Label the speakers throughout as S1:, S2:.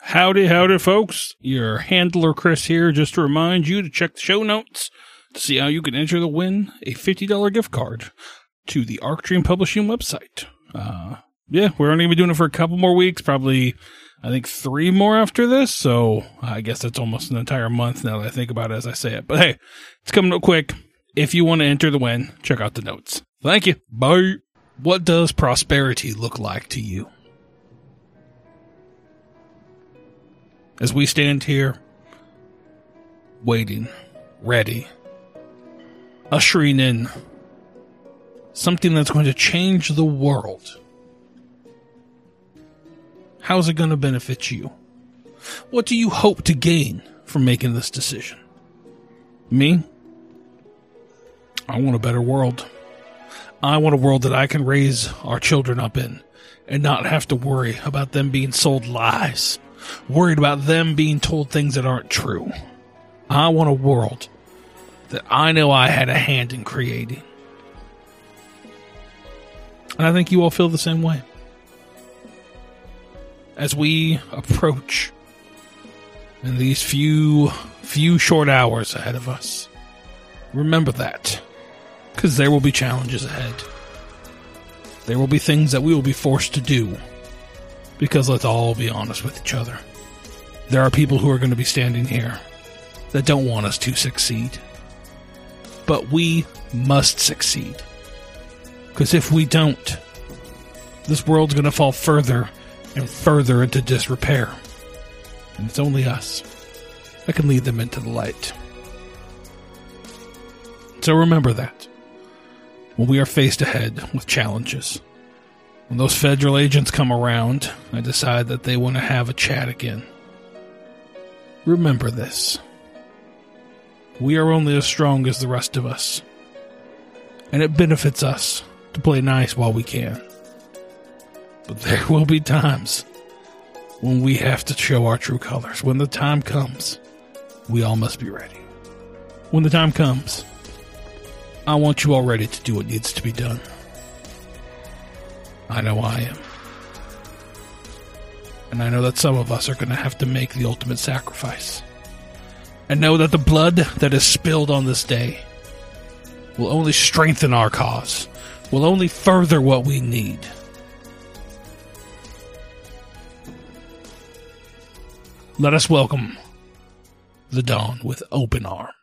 S1: Howdy, howdy, folks. Your handler, Chris, here, just to remind you to check the show notes to see how you can enter to win a $50 gift card to the Arc Dream Publishing website. Uh, yeah, we're only going to be doing it for a couple more weeks, probably, I think, three more after this. So I guess that's almost an entire month now that I think about it as I say it. But hey, it's coming up quick. If you want to enter the win, check out the notes. Thank you. Bye. What does prosperity look like to you? as we stand here, waiting, ready, ushering in something that's going to change the world. How's it going to benefit you? What do you hope to gain from making this decision? Me? I want a better world. I want a world that I can raise our children up in and not have to worry about them being sold lies worried about them being told things that aren't true. I want a world that I know I had a hand in creating. And I think you all feel the same way. As we approach in these few, few short hours ahead of us, remember that. Because there will be challenges ahead. There will be things that we will be forced to do because let's all be honest with each other. There are people who are going to be standing here that don't want us to succeed. But we must succeed. Because if we don't, this world's going to fall further and further into disrepair. And it's only us that can lead them into the light. So remember that when we are faced ahead with challenges. When those federal agents come around, I decide that they want to have a chat again. Remember this. We are only as strong as the rest of us. And it benefits us to play nice while we can. But there will be times when we have to show our true colors. When the time comes, we all must be ready. When the time comes, I want you all ready to do what needs to be done. I know I am. And I know that some of us are going to have to make the ultimate sacrifice. And know that the blood that is spilled on this day will only strengthen our cause, will only further what we need. Let us welcome the dawn with open arms.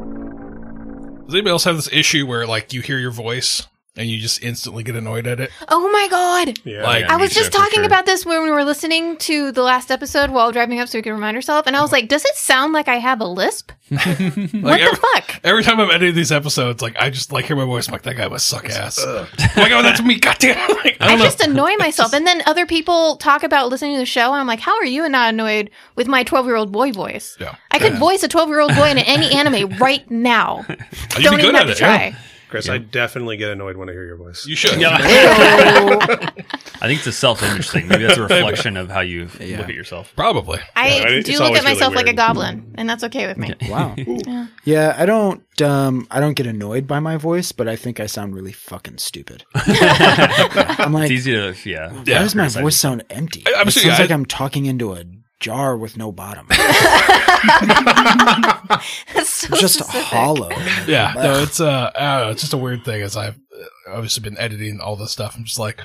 S1: Does anybody else have this issue where like you hear your voice and you just instantly get annoyed at it?
S2: Oh my god!
S3: Yeah,
S1: Like-
S2: I was just talking about this when we were listening to the last episode while driving up so we could remind ourselves, and I was like, does it sound like I have a lisp?
S1: Uh-huh. Like
S2: What the fuck?
S1: Every time I'm editing these episodes, like I just like hear my voice. I'm like that guy must suck ass.
S3: uh,
S1: like oh, that's me. Goddamn. Like, I
S2: I
S1: don't know.
S2: just annoy myself. And then other people talk about listening to the show, and I'm like, how are you not annoyed with my 12 year old boy voice?
S1: Yeah.
S2: I could voice a 12 year old boy in any anime right now.
S1: be
S2: Don't even
S1: good
S2: have
S1: at
S2: to
S1: it, yeah.
S2: try.
S3: Chris, I definitely get annoyed when I hear your voice.
S1: You should.
S4: I think it's a self-image thing. Maybe that's a reflection of how you look at yourself.
S1: Probably.
S3: Yeah,
S2: I
S3: it's
S2: do look
S3: always
S2: at
S3: really
S2: myself like a
S3: weird.
S2: goblin, and that's okay with me.
S5: Wow. yeah, I don't um I don't get annoyed by my voice, but I think I sound really fucking stupid. I'm like
S4: It's easy to, yeah.
S1: Yeah.
S5: why does my voice sound empty?
S1: I- I'm
S5: it
S1: sorry,
S5: sounds
S1: I-
S5: like I'm talking into a jar with no bottom.
S2: That's so
S5: It's just
S2: specific.
S5: hollow.
S1: Yeah, no, it's uh, I don't know, it's just a weird thing. As I've uh, obviously been editing all this stuff, I'm just like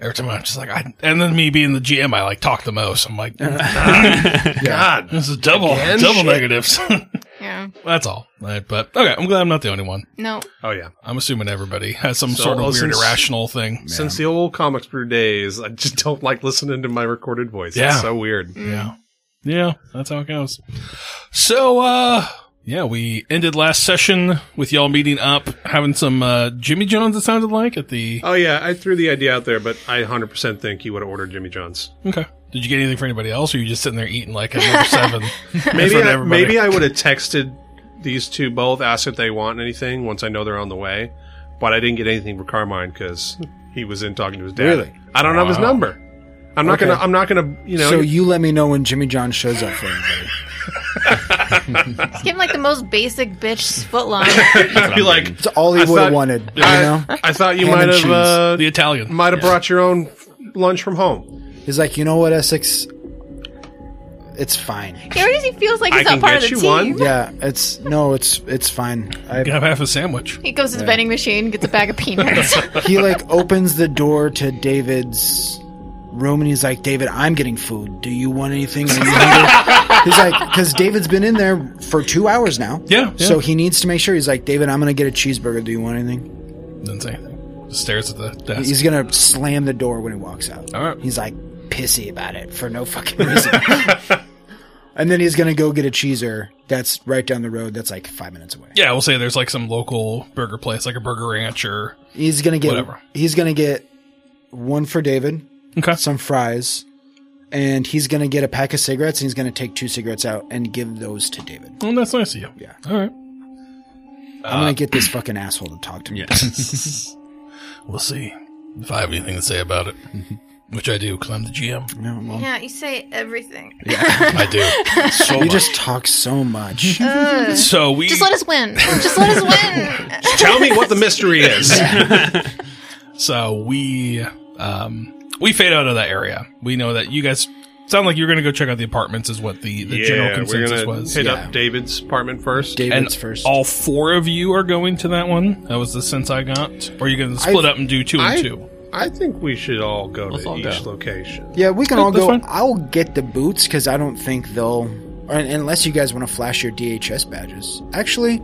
S1: every time I'm just like I, and then me being the GM, I like talk the most. I'm like, God, this is double double negatives.
S2: Yeah.
S1: That's all. Right, but okay, I'm glad I'm not the only one.
S2: No.
S3: Oh yeah.
S1: I'm assuming everybody has some
S3: So,
S1: sort of
S3: well,
S1: weird
S3: since-
S1: irrational thing.
S3: Since the old comics brew days, I just don't like listening to my recorded voice.
S1: Yeah.
S3: It's so weird.
S1: Yeah. Yeah, that's how it goes. So, uh, yeah, we ended last session with y'all meeting up, having some, uh, Jimmy Jones, it sounded like, at the.
S3: Oh yeah, I threw the idea out there, but I 100% think you would have ordered Jimmy John's.
S1: Okay. Did you get anything for anybody else, or are you just sitting there eating like a number seven? in
S3: Maybe
S1: front of
S3: I,
S1: everybody?
S3: maybe I would have texted these two both, ask if they want anything once I know they're on the way. But I didn't get anything for Carmine because he was in talking to his dad.
S5: Really?
S3: I don't have his
S4: Wow.
S3: number. I'm not
S5: Okay.
S3: gonna. I'm not gonna. You know.
S5: so you let me know when Jimmy John shows up for anybody.
S2: Just give him like the most basic bitch footlong.
S3: I'd be
S4: I'm
S3: like,
S4: thinking.
S5: It's all
S3: I
S5: he would
S3: thought-
S5: have wanted, you know?
S3: I, I thought you
S5: Ham
S3: might
S5: and
S3: have
S5: cheese.
S3: uh,
S1: The Italian.
S3: might have brought your own lunch from home.
S5: He's like, you know what, Essex? It's fine.
S2: Here he feels like
S3: I
S2: he's
S3: can
S2: not part of the
S3: get you
S2: team.
S3: one.
S5: Yeah, it's no, it's it's
S1: You
S5: fine.
S1: can
S5: I,
S1: have half a sandwich.
S2: He goes to the vending machine, gets a bag of peanuts.
S5: he like opens the door to David's room and he's like, David, I'm getting food. Do you want anything? Are you hungry?" he's like, because David's been in there for two hours now.
S1: Yeah, yeah.
S5: So he needs to make sure. He's like, David, I'm gonna get a cheeseburger. Do you want anything?
S1: Doesn't say anything. Just stares at the desk.
S5: He's gonna slam the door when he walks out.
S1: All right.
S5: He's like pissy about it for no fucking reason. and then he's gonna go get a cheeser that's right down the road. That's like five minutes away.
S1: yeah, we'll say there's like some local burger place, like a Burger Ranch or.
S5: He's gonna get
S1: Whatever.
S5: he's gonna get one for David,
S1: Okay.
S5: some fries, and he's gonna get a pack of cigarettes and he's gonna take two cigarettes out and give those to David.
S1: Well, that's nice of you.
S5: Yeah.
S1: All right.
S5: I'm
S1: Uh,
S5: gonna get this fucking asshole to talk to me.
S4: Yeah.
S1: We'll see if I have anything to say about it, which I do because I'm the GM.
S5: No, well,
S2: yeah, you say everything.
S1: I do. So
S5: You
S1: much.
S5: just talk so much.
S1: so we
S2: Just let us win. Just let us win.
S3: Tell me what the mystery is.
S1: so we um we fade out of that area. We know that you guys sound like you're going to go check out the apartments, is what the, the general consensus was.
S3: hit
S5: Yeah.
S3: up David's apartment first.
S1: And
S5: David's first.
S1: all four of you are going to that one. That was the sense I got. Or are you going to split
S5: I-
S1: up and do two and two?
S3: I think we should all go
S4: Let's
S3: to
S4: all
S3: each
S4: go.
S3: location.
S5: yeah, we can all
S1: that's
S5: go.
S1: fine.
S5: I'll get the boots because I don't think they'll. or- Unless you guys want to flash your DHS badges. Actually,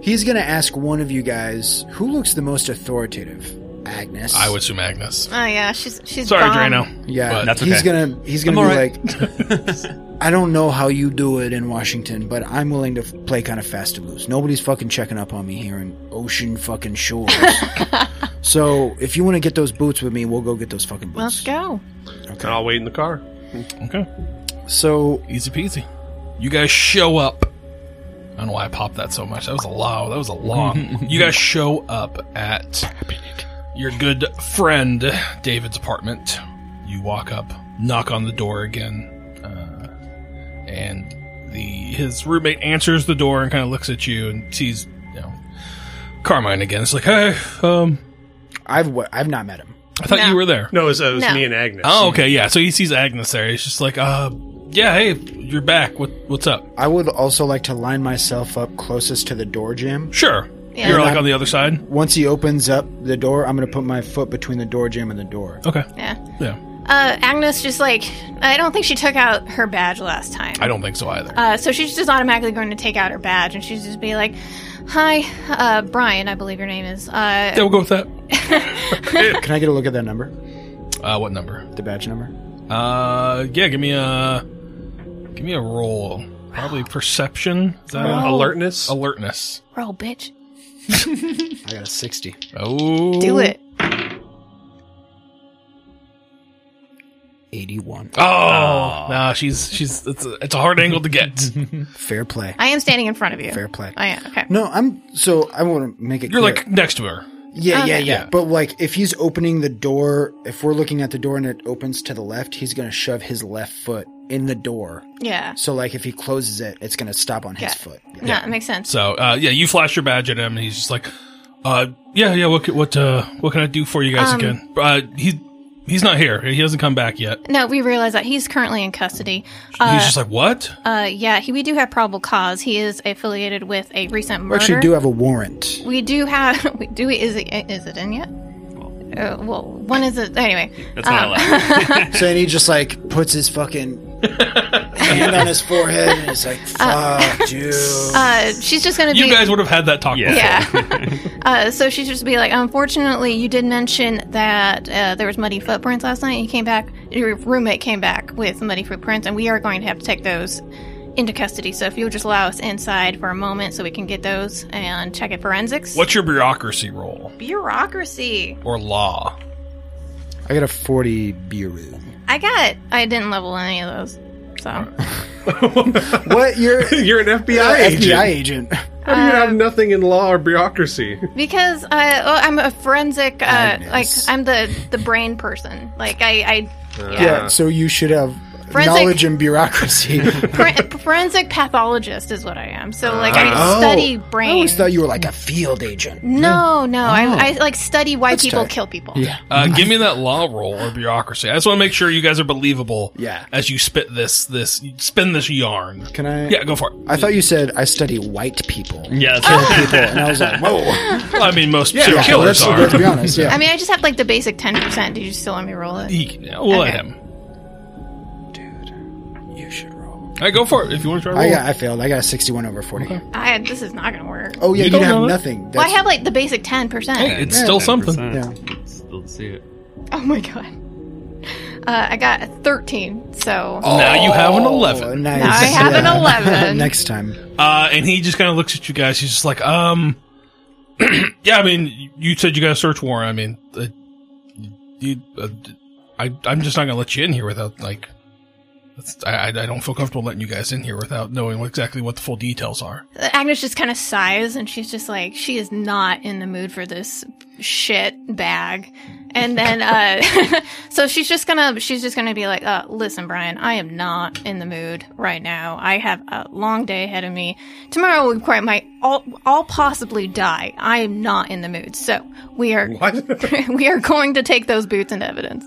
S5: he's gonna ask one of you guys who looks the most authoritative. Agnes.
S1: I would assume Agnes.
S2: Oh yeah, she's she's.
S1: Sorry,
S2: bomb.
S1: Drano.
S5: Yeah,
S1: But-
S4: That's
S5: he's
S4: okay.
S5: gonna he's gonna
S4: I'm
S5: be
S4: alright.
S5: like, I don't know how you do it in Washington, but I'm willing to f- play kind of fast and loose. Nobody's fucking checking up on me here in ocean fucking shores. so if you want to get those boots with me, we'll go get those fucking
S2: Let's
S5: boots.
S2: go.
S3: And I'll wait in the car.
S1: Okay.
S5: So
S1: Easy peasy. You guys show up. I don't know why I popped that so much. That was a loud. That was a long. you guys show up at your good friend David's apartment. You walk up, knock on the door again, uh, and the his roommate answers the door and kind of looks at you and sees you know Carmine again. It's like, hey, um,
S5: I've wa- I've not met him.
S1: I thought
S2: No.
S1: you were there.
S3: No, it was, it was
S2: No.
S3: me and Agnes.
S1: Oh, okay, yeah. So he sees Agnes there. He's just like, uh, yeah, hey, you're back. What what's up?
S5: I would also like to line myself up closest to the door jam.
S1: Sure.
S2: Yeah.
S1: You're like
S5: I'm-
S1: on the other side.
S5: Once he opens up the door, I'm gonna put my foot between the door jam and the door.
S1: Okay.
S2: Yeah.
S1: Yeah.
S2: Uh, Agnes just like I don't think she took out her badge last time.
S1: I don't think so either.
S2: Uh, so she's just automatically going to take out her badge and she's just be like, "Hi, uh, Brian, I believe your name is." Uh,
S1: yeah, we'll go with that.
S5: Can I get a look at that number?
S1: Uh, what number?
S5: The badge number.
S1: Uh, yeah, give me a give me a roll. Probably perception. Is that
S3: Uh, alertness.
S1: Oh. alertness?
S2: roll, bitch.
S5: I got a sixty.
S1: Oh,
S2: Do it.
S5: Eighty-one.
S1: Oh, no, she's she's it's a, it's a hard angle to get.
S5: Fair play.
S2: I am standing in front of you.
S5: Fair play.
S2: I am. Okay.
S5: No, I'm so I want to make it.
S1: You're
S5: clear.
S1: like next to her.
S5: yeah, yeah,
S2: Okay.
S5: yeah. But like, if he's opening the door, if we're looking at the door and it opens to the left, he's gonna shove his left foot in the door.
S2: Yeah.
S5: So like, if he closes it, it's gonna stop on his
S2: Yeah.
S5: foot.
S2: No, it makes sense.
S1: So, uh, yeah, you flash your badge at him, and he's just like, uh, yeah, yeah. What ca- what uh what can I do for you guys
S2: Um,
S1: again? Uh, he he's not here. He hasn't come back yet.
S2: No, we realize that he's currently in custody. Uh,
S1: he's just like, what?
S2: uh, yeah, he, we do have probable cause. He is affiliated with a recent
S5: We
S2: murder.
S5: actually do have a warrant.
S2: We do have. We do. Is it? Is it in yet? Uh, well, one is it. Anyway,
S4: That's not
S2: Um,
S4: allowed.
S5: uh, so then he just like puts his fucking hand on his forehead and he's like, "Fuck, dude."
S2: uh, she's just gonna
S1: You
S2: be.
S1: guys would have had that talk.
S4: Yeah.
S1: before.
S2: yeah. uh, so she's just be like, unfortunately, you did mention that uh, there was muddy footprints last night. You came back. Your roommate came back with muddy footprints, and we are going to have to take those into custody. So if you'll just allow us inside for a moment, so we can get those and check it forensics.
S1: What's your bureaucracy role
S2: bureaucracy?
S1: or law?
S5: I got a forty bureau.
S2: I got. I didn't level any of those. So
S5: What you're
S3: You're an FBI
S5: FBI
S3: agent.
S5: agent?
S3: How do you
S2: Uh,
S3: have nothing in law or bureaucracy?
S2: Because uh, well, I'm a forensic, uh,
S5: Agnes.
S2: like I'm the the brain person. Like I, I
S5: Yeah,
S2: yeah.
S5: so you should have
S2: Forensic-
S5: knowledge and bureaucracy.
S2: Fore- forensic pathologist is what I am. So like I
S5: Oh.
S2: study
S5: I
S2: brain.
S5: always thought you were like a field agent.
S2: no, no, I, I like study why
S5: That's
S2: people
S5: tight.
S2: kill people.
S5: Yeah.
S1: Uh, give me that law roll or bureaucracy. I just want to make sure you guys are believable.
S5: Yeah.
S1: As you spit this, this spin this yarn.
S5: Can I?
S1: Yeah, go for it.
S5: I thought you said I study white people.
S4: Yeah,
S5: Kill
S1: Oh,
S5: people. And I was like, whoa.
S1: I mean, most serial
S5: Yeah,
S1: killers
S5: let's,
S1: are.
S5: let's be honest. Yeah.
S2: I mean, I just have like the basic ten percent. Did you still let me roll it?
S1: He- yeah, we'll let
S2: Okay.
S1: him.
S5: you should roll.
S1: All right, go for it if you want to try
S5: I,
S1: to roll.
S5: got, I failed. I got a 61 over 40.
S2: I, this is not gonna work.
S5: Oh,
S1: You
S5: yeah, you,
S1: don't
S5: don't have
S1: know that?
S5: nothing.
S2: well, I have like the basic ten
S1: Hey,
S2: percent.
S1: it's still something.
S5: Yeah.
S4: Still see it.
S2: Oh my god. Uh, I got a thirteen. So
S1: Now you have an
S5: Oh,
S1: eleven.
S5: nice.
S2: I have an
S5: Yeah.
S2: 11.
S5: Next time.
S1: Uh, and he just kind of looks at you guys. He's just like, um, yeah. I mean, you said you got a search warrant. I mean, uh, you, uh, I, I'm just not gonna let you in here without like, that's, I, I I don't feel comfortable letting you guys in here without knowing exactly what the full details are.
S2: Agnes just kind of sighs and she's just like, she is not in the mood for this shit bag. And then, uh, so she's just gonna, she's just gonna be like, uh, listen, Brian, I am not in the mood right now. I have a long day ahead of me. Tomorrow we quite might all, all possibly die. I am not in the mood. So we are,
S3: What?
S2: we are going to take those boots into evidence.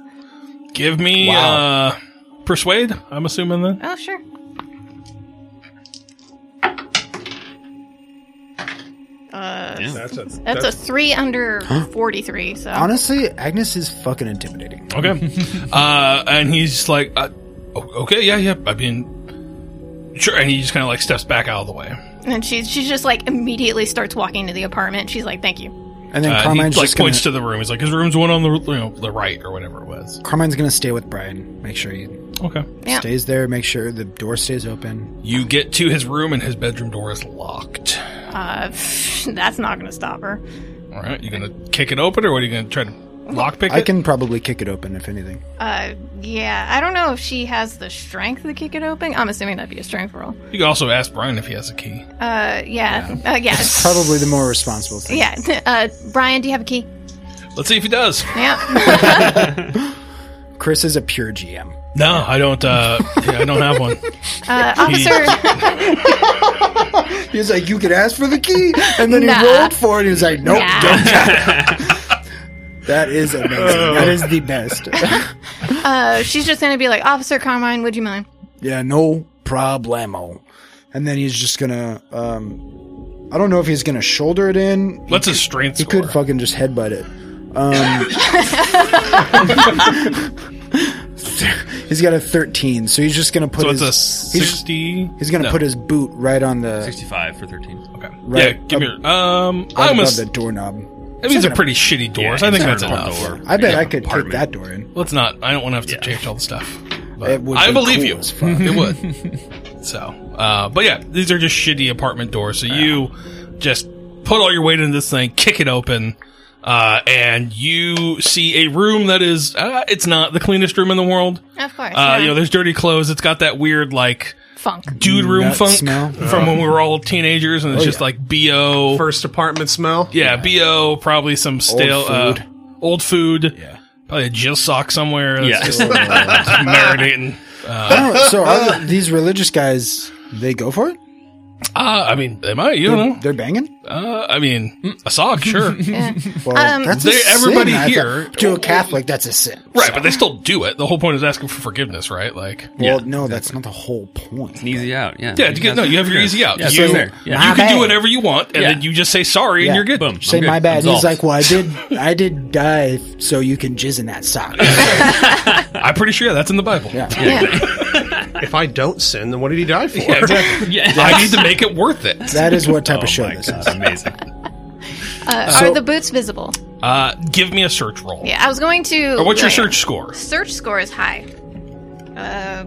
S1: Give me
S5: Wow.
S1: uh, persuade. I'm assuming then.
S2: Oh, sure.
S3: that's a,
S2: That's, a three under 43. So
S5: Honestly, Agnes is fucking intimidating.
S1: Okay. uh, and he's just like, uh, o- okay, yeah, yeah. I mean, sure. And he just kind of like steps back out of the way.
S2: And she's she's just like immediately starts walking to the apartment. She's like, "Thank you."
S5: And then
S1: Uh, he
S5: Carmine's
S1: like
S5: just going
S1: points to the room. He's like, his room's one on the you know the right or whatever it was.
S5: Carmine's gonna stay with Brian. Make sure he
S1: Okay.
S2: Yeah.
S5: stays there. Make sure the door stays open.
S1: You get to his room and his bedroom door is locked.
S2: Uh, that's not gonna stop her.
S1: All right, you gonna kick it open or what? Are you gonna try to lockpick
S5: I
S1: it?
S5: can probably kick it open if anything.
S2: Uh, yeah, I don't know if she has the strength to kick it open. I'm assuming that'd be a strength roll.
S1: You can also ask Brian if he has a key.
S2: Uh, yeah, yeah. Uh, yeah.
S5: Probably the more responsible thing.
S2: Yeah, uh, Brian, do you have a key?
S1: Let's see if he does.
S2: Yeah.
S5: Chris is a pure GM.
S1: No, I don't. Uh, yeah, I don't have one.
S2: Uh, officer,
S5: He was like, "You could ask for the key," and then
S2: Nah.
S5: he rolled for it. And he was like, "Nope,
S2: Nah.
S5: don't." That is amazing.
S1: Oh.
S5: that is the best.
S2: uh, she's just gonna be like, "Officer Carmine, would you mind?"
S5: yeah, no problemo. And then he's just gonna. um I don't know if he's gonna shoulder it in.
S1: What's his strength
S5: He
S1: score?
S5: could fucking just headbutt it. Um, he's got a 13, so he's just gonna put
S1: so
S5: his
S1: it's a
S5: he's-
S1: sixty.
S5: He's gonna
S1: No.
S5: put his boot right on the
S4: 65 for 13.
S1: Okay.
S5: right
S1: yeah, give me.
S5: up-
S1: your- Um,
S5: right
S1: I'm a,
S5: above the
S1: that
S5: doorknob.
S1: means a
S5: gonna-
S1: pretty shitty door. so I
S4: it's
S1: think
S4: not
S1: that's
S4: a
S1: enough.
S4: door.
S5: I bet
S4: Yeah,
S5: I could kick
S4: apartment.
S5: that door in.
S1: Let's not. I don't want to have to change all the stuff. But
S5: It would
S1: I
S5: be
S1: believe
S5: cool
S1: you.
S5: as fuck.
S1: It would. so, uh, but yeah, these are just shitty apartment doors. So you just put all your weight into this thing, kick it open, uh, and you see a room that is. Uh, it's not the cleanest room in the world.
S2: Of course.
S1: Uh, Oh, you know, there's dirty clothes. It's got that weird like
S2: funk.
S1: dude room
S5: Nut
S1: funk
S5: smell. Oh,
S1: from when we were all teenagers, and it's just
S5: yeah.
S1: like bo
S3: first apartment smell.
S1: yeah, bo probably some stale
S5: food.
S1: Uh, old food. Yeah. Probably a Jill sock somewhere. that's
S4: Yeah.
S1: just marinating.
S5: I don't- Oh, so are the- these religious guys? They go for it.
S1: Uh, I mean, they might. You
S5: They're,
S1: don't know.
S5: they're banging.
S1: Uh, I mean, a sock, sure.
S2: Yeah.
S5: Well,
S2: Um,
S5: that's a
S1: They-
S5: sin,
S1: everybody
S5: I thought.
S1: here-
S5: to a Catholic, that's a sin.
S1: right, but they still do it. The whole point is asking for forgiveness, right? Like,
S5: Well, no, that's not the whole point.
S4: Easy out, yeah.
S1: yeah, you get, no, you have your easy out.
S4: Yeah,
S1: you
S4: so there. Yeah.
S1: you
S5: My
S1: can do
S5: bad.
S1: whatever you want, and
S4: Yeah.
S1: then you just say sorry,
S5: Yeah.
S1: and you're good.
S4: Boom.
S5: Say
S4: I'm good.
S5: my bad.
S4: Absolved.
S5: He's like, well, I did, I did die, so you can jizz in that sock.
S1: I'm pretty sure that's in the Bible.
S5: Yeah.
S3: If I don't sin, then what did he die for?
S1: Yeah, exactly.
S4: Yeah.
S1: I need to make it worth it.
S5: That is what type
S1: Oh
S5: of show
S4: Oh my
S5: this
S4: God,
S5: is.
S4: amazing.
S2: Uh,
S5: So-
S2: are the boots visible?
S1: Uh, give me a search roll.
S2: Yeah, I was going to.
S1: Or Uh, what's your
S2: like,
S1: search score?
S2: Search score is high. Uh,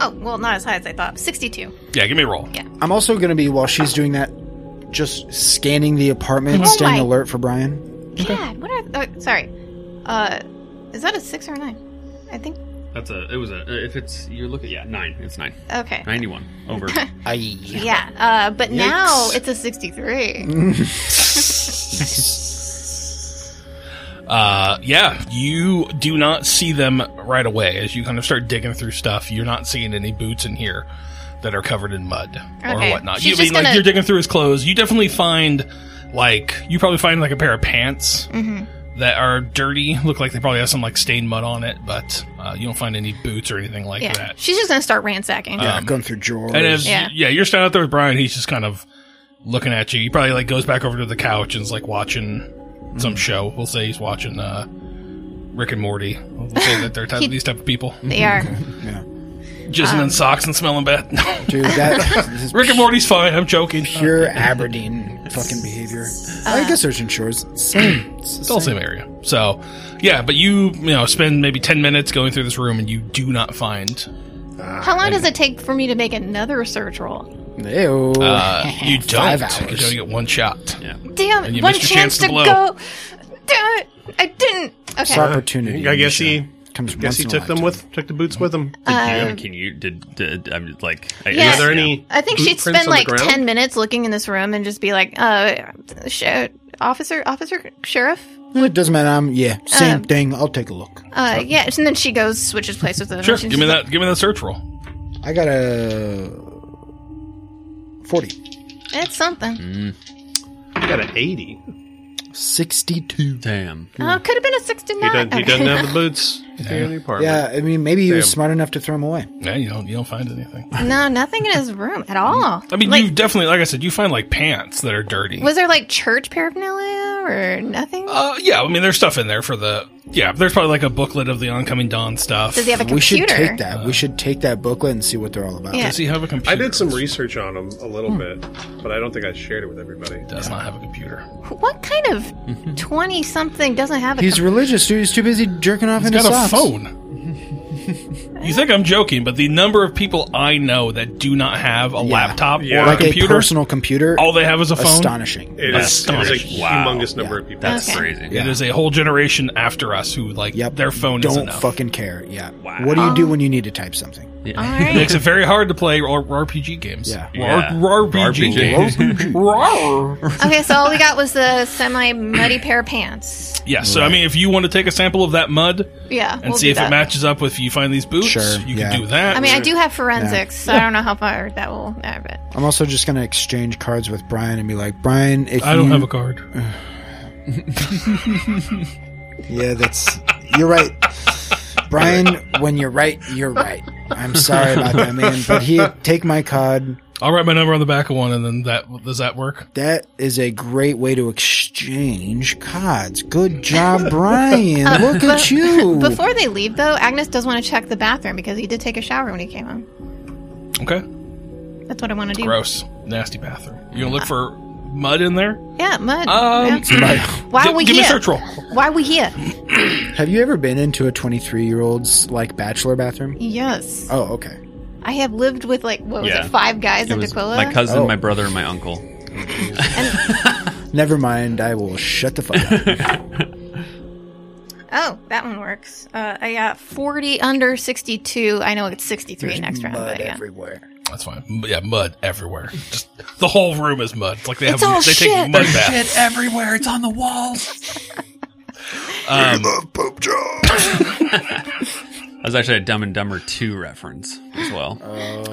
S2: oh well, not as high as I thought. Sixty-two.
S1: Yeah, give me a roll.
S5: I'm also going to be while she's doing that, just scanning the apartment,
S2: Oh
S5: staying
S2: my-
S5: alert for Brian.
S2: oh, God, what are? Uh, sorry, uh, is that a six or a nine? I think
S4: That's a. It was a. If it's you're looking, yeah, nine. It's nine.
S2: Okay.
S4: Ninety-one over.
S5: I.
S2: Yeah, uh, but now
S5: Yikes.
S2: it's a 63.
S1: Mm. Uh, yeah, you do not see them right away. As you kind of start digging through stuff, you're not seeing any boots in here that are covered in mud or
S2: Okay.
S1: whatnot.
S2: She's
S1: You I mean
S2: just
S1: like
S2: gonna-
S1: you're digging through his clothes? You definitely find like you probably find like a pair of pants
S2: Mm-hmm.
S1: that are dirty. Look like they probably have some like stained mud on it, but uh, you don't find any boots or anything like
S2: Yeah.
S1: that. Um,
S2: She's just going to start ransacking.
S5: Yeah, I've gone through drawers.
S1: And as yeah.
S2: Yeah.
S1: you're standing out there with Brian, he's just kind of looking at you. He probably like goes back over to the couch and is like watching
S5: Mm.
S1: some show. We'll say he's watching uh, Rick and Morty. We'll say that they're type,
S2: He- Um,
S1: these type of people,
S2: They are.
S5: yeah.
S1: jizzing in socks and smelling bad. No,
S5: Dude, that this is
S1: Rick and Morty's fine. I'm joking.
S5: pure Aberdeen fucking behavior.
S2: Uh,
S5: I guess there's insurance. Same. It's the
S1: It's all the
S5: same.
S1: same area. So, yeah, but you you know spend maybe ten minutes going through this room and you do not find
S2: How long does it take for me to make another search roll?
S5: Ew.
S1: uh, you don't
S5: oh. Five
S1: you
S5: hours.
S1: don't get one shot.
S4: Yeah.
S5: Um,
S2: Damn
S1: And you
S2: it, one
S1: missed
S2: chance,
S1: your chance to
S2: to,
S1: blow.
S2: go. Damn it, I didn't. Okay.
S5: It's opportunity.
S3: I guess he-
S5: Misha. comes
S3: Guess
S5: once
S3: he
S5: in a
S3: took them
S5: lifetime.
S3: with took the boots with him.
S4: Did you,
S2: Um,
S4: can you did, did I'm just like I-
S2: Yeah.
S3: Are there any?
S2: I think she'd
S3: boot prints
S2: spend
S3: on the
S2: like
S3: ground?
S2: 10 minutes looking in this room and just be like, uh, sh- officer, officer, sheriff?
S5: It doesn't matter. I'm yeah. Same
S2: Um,
S5: thing. I'll take a look.
S2: Uh, yeah. And then she goes, switches places with him.
S1: Sure,
S2: She's
S1: give me
S2: just
S1: that. Give me that search roll.
S5: I got a forty.
S2: like, It's something.
S3: He got an eighty.
S5: Sixty-two.
S4: Damn.
S2: Uh, could have been a
S3: He
S2: 69.
S3: doesn't. He
S2: Okay.
S3: doesn't have the boots in the apartment.
S5: Yeah, I mean, maybe he was
S3: Damn.
S5: smart enough to throw them away.
S1: Yeah, you don't you don't find anything.
S2: No, nothing in his room at all.
S1: I mean,
S2: like,
S1: you've definitely, like I said, you find like pants that are dirty.
S2: was there like church paraphernalia or nothing?
S1: uh, yeah, I mean, there's stuff in there for the. Yeah, there's probably like a booklet of the oncoming dawn stuff.
S2: Does he have a computer?
S5: We should take that. we should take that booklet and see what they're all about.
S2: Yeah.
S1: Does he have a computer?
S3: I did some research on him a little bit, but I don't think I shared it with everybody.
S1: Does not have a computer.
S2: What kind
S1: Mm-hmm.
S2: of 20 something doesn't have a
S5: He's
S2: com-
S5: religious, dude. He's too busy jerking off in
S1: He's
S5: his
S1: got a
S5: socks.
S1: phone. you think I'm joking? But the number of people I know that do not have a laptop
S3: Yeah.
S1: or
S5: Like
S1: a
S5: a
S1: computer,
S5: personal computer.
S1: all they have is a phone.
S5: astonishing.
S3: It is, it is a
S1: Astonishing.
S4: Wow.
S3: humongous number of people.
S4: That's
S2: Okay.
S4: crazy.
S1: It is a whole generation after us who like
S5: Yep.
S1: their phone
S5: Don't
S1: is enough.
S5: fucking care. Yeah.
S4: Wow.
S5: What do you do when you need to type something?
S2: All
S4: Yeah.
S2: right.
S1: Makes it very hard to play R- RPG games.
S5: Yeah.
S4: Yeah.
S1: R- RPG games. Rawr.
S2: okay, so all we got was the semi muddy pair of pants.
S1: Yeah, so I mean, if you want to take a sample of that mud
S2: Yeah,
S1: and
S2: we'll
S1: see
S2: do
S1: if
S2: that.
S1: it matches up with you find these boots,
S5: Sure,
S1: you
S5: yeah.
S1: can do that.
S2: I mean, I do have forensics, so I don't know how far that will. Uh, but
S5: I'm also just gonna exchange cards with Brian and be like, Brian, if
S1: I don't
S4: Mm-hmm.
S5: you,
S1: have a card.
S5: yeah, that's you're right, Brian. When you're right, you're right. I'm sorry about that, man. But he take my card.
S1: I'll write my number on the back of one, and then that does that work?
S5: That is a great way to exchange cards. Good job, Brian. Look at you.
S2: before they leave, though, Agnes does want to check the bathroom because he did take a shower when he came home.
S1: Okay.
S2: That's what I want to do.
S1: Gross, nasty bathroom. You gonna look for mud in there?
S2: Yeah, mud.
S1: Um,
S2: yeah. Why
S1: Gi-
S2: are we
S1: give me
S2: here?
S1: a search roll.
S2: Why we here?
S5: Have you ever been into a 23 year old's like bachelor bathroom?
S2: Yes,
S5: Oh, okay.
S2: I have lived with like what was
S4: Yeah.
S2: it, five guys
S4: It
S2: in
S4: was
S2: Daquilla.
S4: my cousin,
S5: Oh.
S4: my brother, and my uncle.
S5: Never mind. I will shut the fuck up.
S2: Oh, that one works. Uh, I got 40 under 62. I know it's 63 next round,
S5: Mud
S2: but yeah.
S5: everywhere.
S1: That's fine. M- Yeah, mud everywhere. Just the whole room is mud. It's like they have
S2: It's all
S1: they take
S2: shit.
S1: mud baths.
S4: everywhere. It's on the walls.
S1: Um,
S4: That was actually a Dumb and Dumber Two reference as well.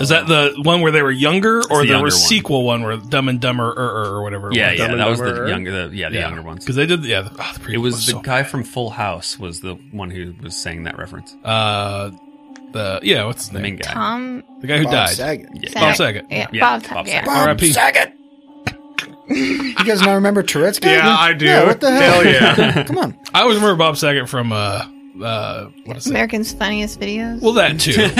S1: is that the one where they were younger, or
S4: the
S1: the,
S4: younger one.
S1: sequel one where Dumb and Dumber or, or whatever?
S4: yeah, yeah,
S3: Dumb and
S4: that was the
S3: Dumber?
S4: younger, the, yeah, the younger ones.
S1: Because they did. Yeah, the, oh, the
S4: It
S1: prequel
S4: was the
S1: so
S4: guy from Full House was the one who was saying that reference.
S1: Uh, the yeah, what's his
S4: The main
S1: name?
S4: guy.
S2: Tom
S1: The guy who
S5: Bob
S1: died.
S5: Saget.
S4: Yeah.
S2: Saget.
S1: Bob Saget.
S2: Yeah,
S4: Yeah,
S2: Bob,
S4: Bob
S2: yeah.
S4: Saget.
S5: Bob
S1: R.I.P..
S5: Saget. you guys not remember Tourette's guy?
S3: Yeah, I do.
S5: Yeah, what the hell?
S3: Hell yeah.
S5: Come on.
S1: I always remember Bob Saget from uh uh what is it?
S2: American's Funniest Videos.
S1: Well, that too. Uh,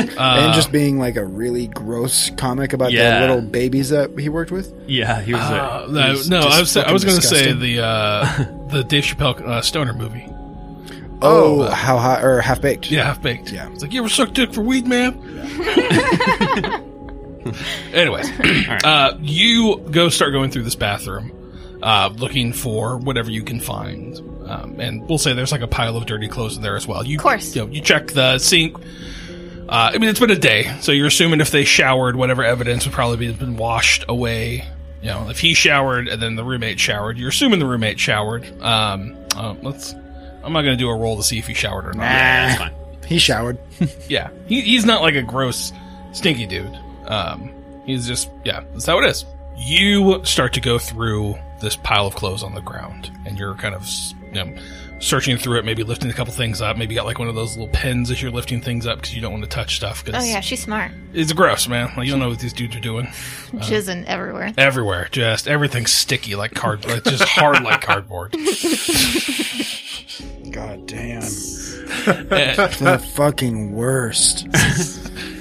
S5: and just being like a really gross comic about
S4: Yeah.
S5: the little babies that he worked with.
S4: Yeah, he was.
S1: uh,
S4: a,
S1: no,
S5: He's
S1: no,
S5: just
S1: I was I was
S5: fucking
S1: going to say
S5: disgusting.
S1: the uh the Dave Chappelle uh, stoner movie.
S5: Oh, how hot or half baked.
S1: Yeah, half baked.
S5: Yeah.
S1: it's like you ever suck dick for weed, man. Anyways, uh, you go start going through this bathroom. uh, looking for whatever you can find. Um, and we'll say there's like a pile of dirty clothes in there as well. You,
S2: Of course.
S1: you, know, you check the sink. Uh, I mean, it's been a day, so you're assuming if they showered, whatever evidence would probably be been washed away. You know, if he showered and then the roommate showered, you're assuming the roommate showered. Um, uh, let's. I'm not going to do a roll to see if he showered or not.
S4: that's fine.
S5: He showered.
S1: Yeah, he, he's not like a gross, stinky dude. Um, he's just yeah, that's how it is. You start to go through this pile of clothes on the ground, and you're kind of you know, searching through it, maybe lifting a couple things up. Maybe you got like one of those little pins that you're lifting things up because you don't want to touch stuff. Cause
S2: Oh yeah, she's smart.
S1: it's gross, man. Like you don't know what these dudes are doing
S4: Uh,
S2: Jizzing everywhere.
S1: everywhere. Just everything's sticky like cardboard. just hard like cardboard.
S5: God damn.
S1: And
S5: The fucking worst.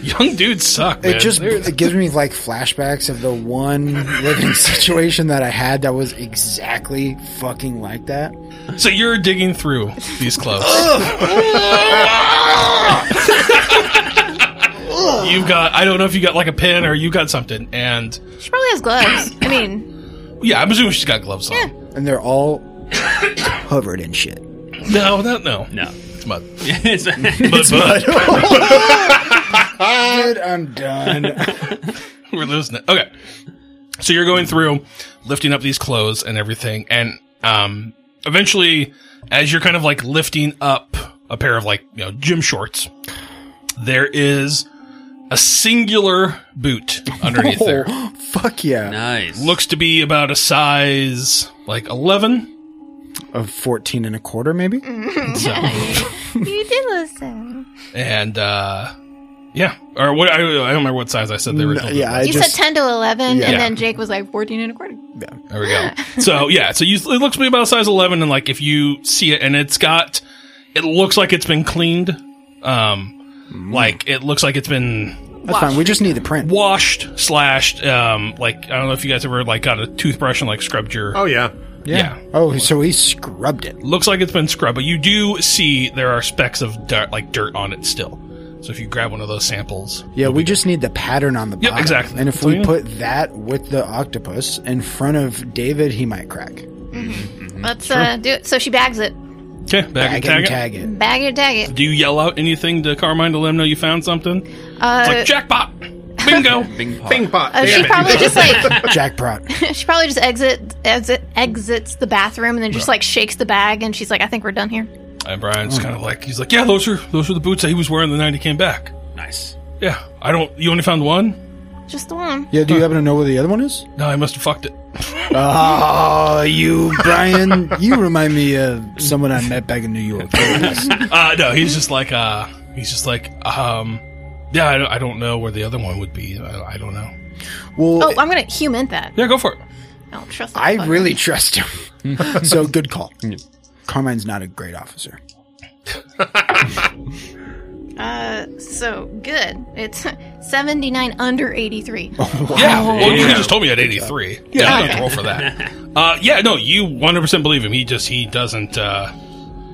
S1: young dudes suck. Man.
S5: It just
S1: They're-
S5: it gives me like flashbacks of the one living situation that I had that was exactly fucking like that.
S1: So you're digging through these clothes. You've got, I don't know if you got like a pin or you got something. And
S2: She probably has gloves. I mean,
S1: yeah, I'm assuming she's got gloves on.
S5: And they're all covered in shit.
S1: No, not, no.
S4: No.
S1: It's mud.
S4: It's-
S5: Dude, I'm done.
S1: We're losing it. Okay. So you're going through, lifting up these clothes and everything. And um, eventually, as you're kind of like lifting up a pair of like, you know, gym shorts, there is a singular boot underneath there.
S5: Oh, fuck yeah.
S4: nice.
S1: looks to be about a size like 11
S5: Of 14 and a quarter, maybe?
S2: Mm.
S1: so,
S2: you did listen.
S1: and uh yeah or what I, I don't remember what size i said they were
S5: No, Mm, yeah, I
S2: You
S5: just.
S2: said ten to eleven,
S5: Yeah.
S2: and then Jake was like fourteen and a quarter.
S4: Mm,
S1: there we go so yeah so you, it looks to be about a size 11 and like if you see it and it's got it looks like it's been cleaned um like it looks like it's been
S5: that's fine. We just need the print.
S1: washed slashed um like i don't know if you guys ever like got a toothbrush and like scrubbed your
S3: Oh yeah.
S1: yeah.
S5: Oh, so he scrubbed it.
S1: looks like it's been scrubbed, but you do see there are specks of dirt, like dirt on it still. So if you grab one of those samples,
S5: Yeah, we just need the pattern on the
S1: Yep,
S5: bottom.
S1: exactly.
S5: And if
S1: So,
S5: we
S1: yeah.
S5: put that with the octopus in front of David, he might crack.
S2: Let's uh, do it. So she bags it.
S1: okay, back and
S5: Tag
S1: tag
S5: it and
S1: it.
S5: tag it.
S2: Bag it, tag it.
S1: Do you yell out anything to Carmine to let him know you found something?
S2: Uh,
S1: It's like jackpot, bingo.
S4: Bing pong.
S3: Bing pot.
S2: uh,
S3: damn
S2: she
S3: it.
S2: probably just like
S5: Jackpot.
S2: she probably just exit exit exits the bathroom and then just like shakes the bag and she's like, I think we're done here.
S1: and Brian's kind of like he's like, yeah, those are those are the boots that he was wearing the night he came back.
S4: Nice.
S1: Yeah, I don't. You only found one?
S2: Just the one.
S5: Yeah, do you happen to know where the other one is?
S1: No, I must have fucked it.
S5: Oh, you, Brian. you remind me of someone I met back in New York.
S1: Uh, no, he's just like uh, he's just like um, yeah, I don't, I don't know where the other one would be. I, I don't know.
S5: Well,
S2: Oh, I'm gonna human that.
S1: Yeah, go for it.
S2: I don't trust. that
S5: I
S2: fucker.
S5: really trust him. so, good call. Carmine's not a great officer.
S2: Uh, so good. It's seventy nine under eighty three.
S1: Yeah,
S5: Oh.
S1: well, you just told me at 83. Yeah, I don't have to roll for that. Uh, yeah, no, you 100% believe him. He just he doesn't uh,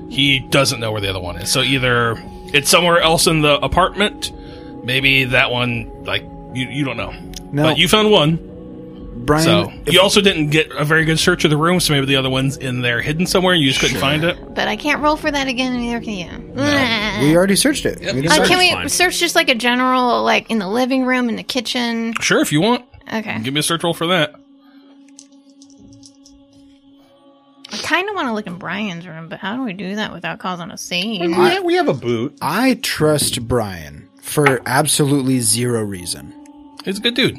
S1: he doesn't know where the other one is. So either it's somewhere else in the apartment, maybe that one like you you don't know.
S5: No.
S1: But you found one.
S5: Brian,
S1: So
S5: if-
S1: you also didn't get a very good search of the room, so maybe the other one's in there hidden somewhere and you just couldn't find it.
S2: But I can't roll for that again, and neither can you.
S5: we already searched it. We didn't
S2: Uh,
S5: search
S2: can
S5: it.
S2: we
S4: fine.
S2: search just like a general, like in the living room, in the kitchen?
S1: Sure, if you want.
S2: Okay.
S1: Give me a search roll for that.
S2: I kind of want to look in Brian's room, but how do we do that without causing a scene?
S3: Yeah, we have a boot.
S5: I trust Brian for absolutely zero reason.
S1: He's a good dude.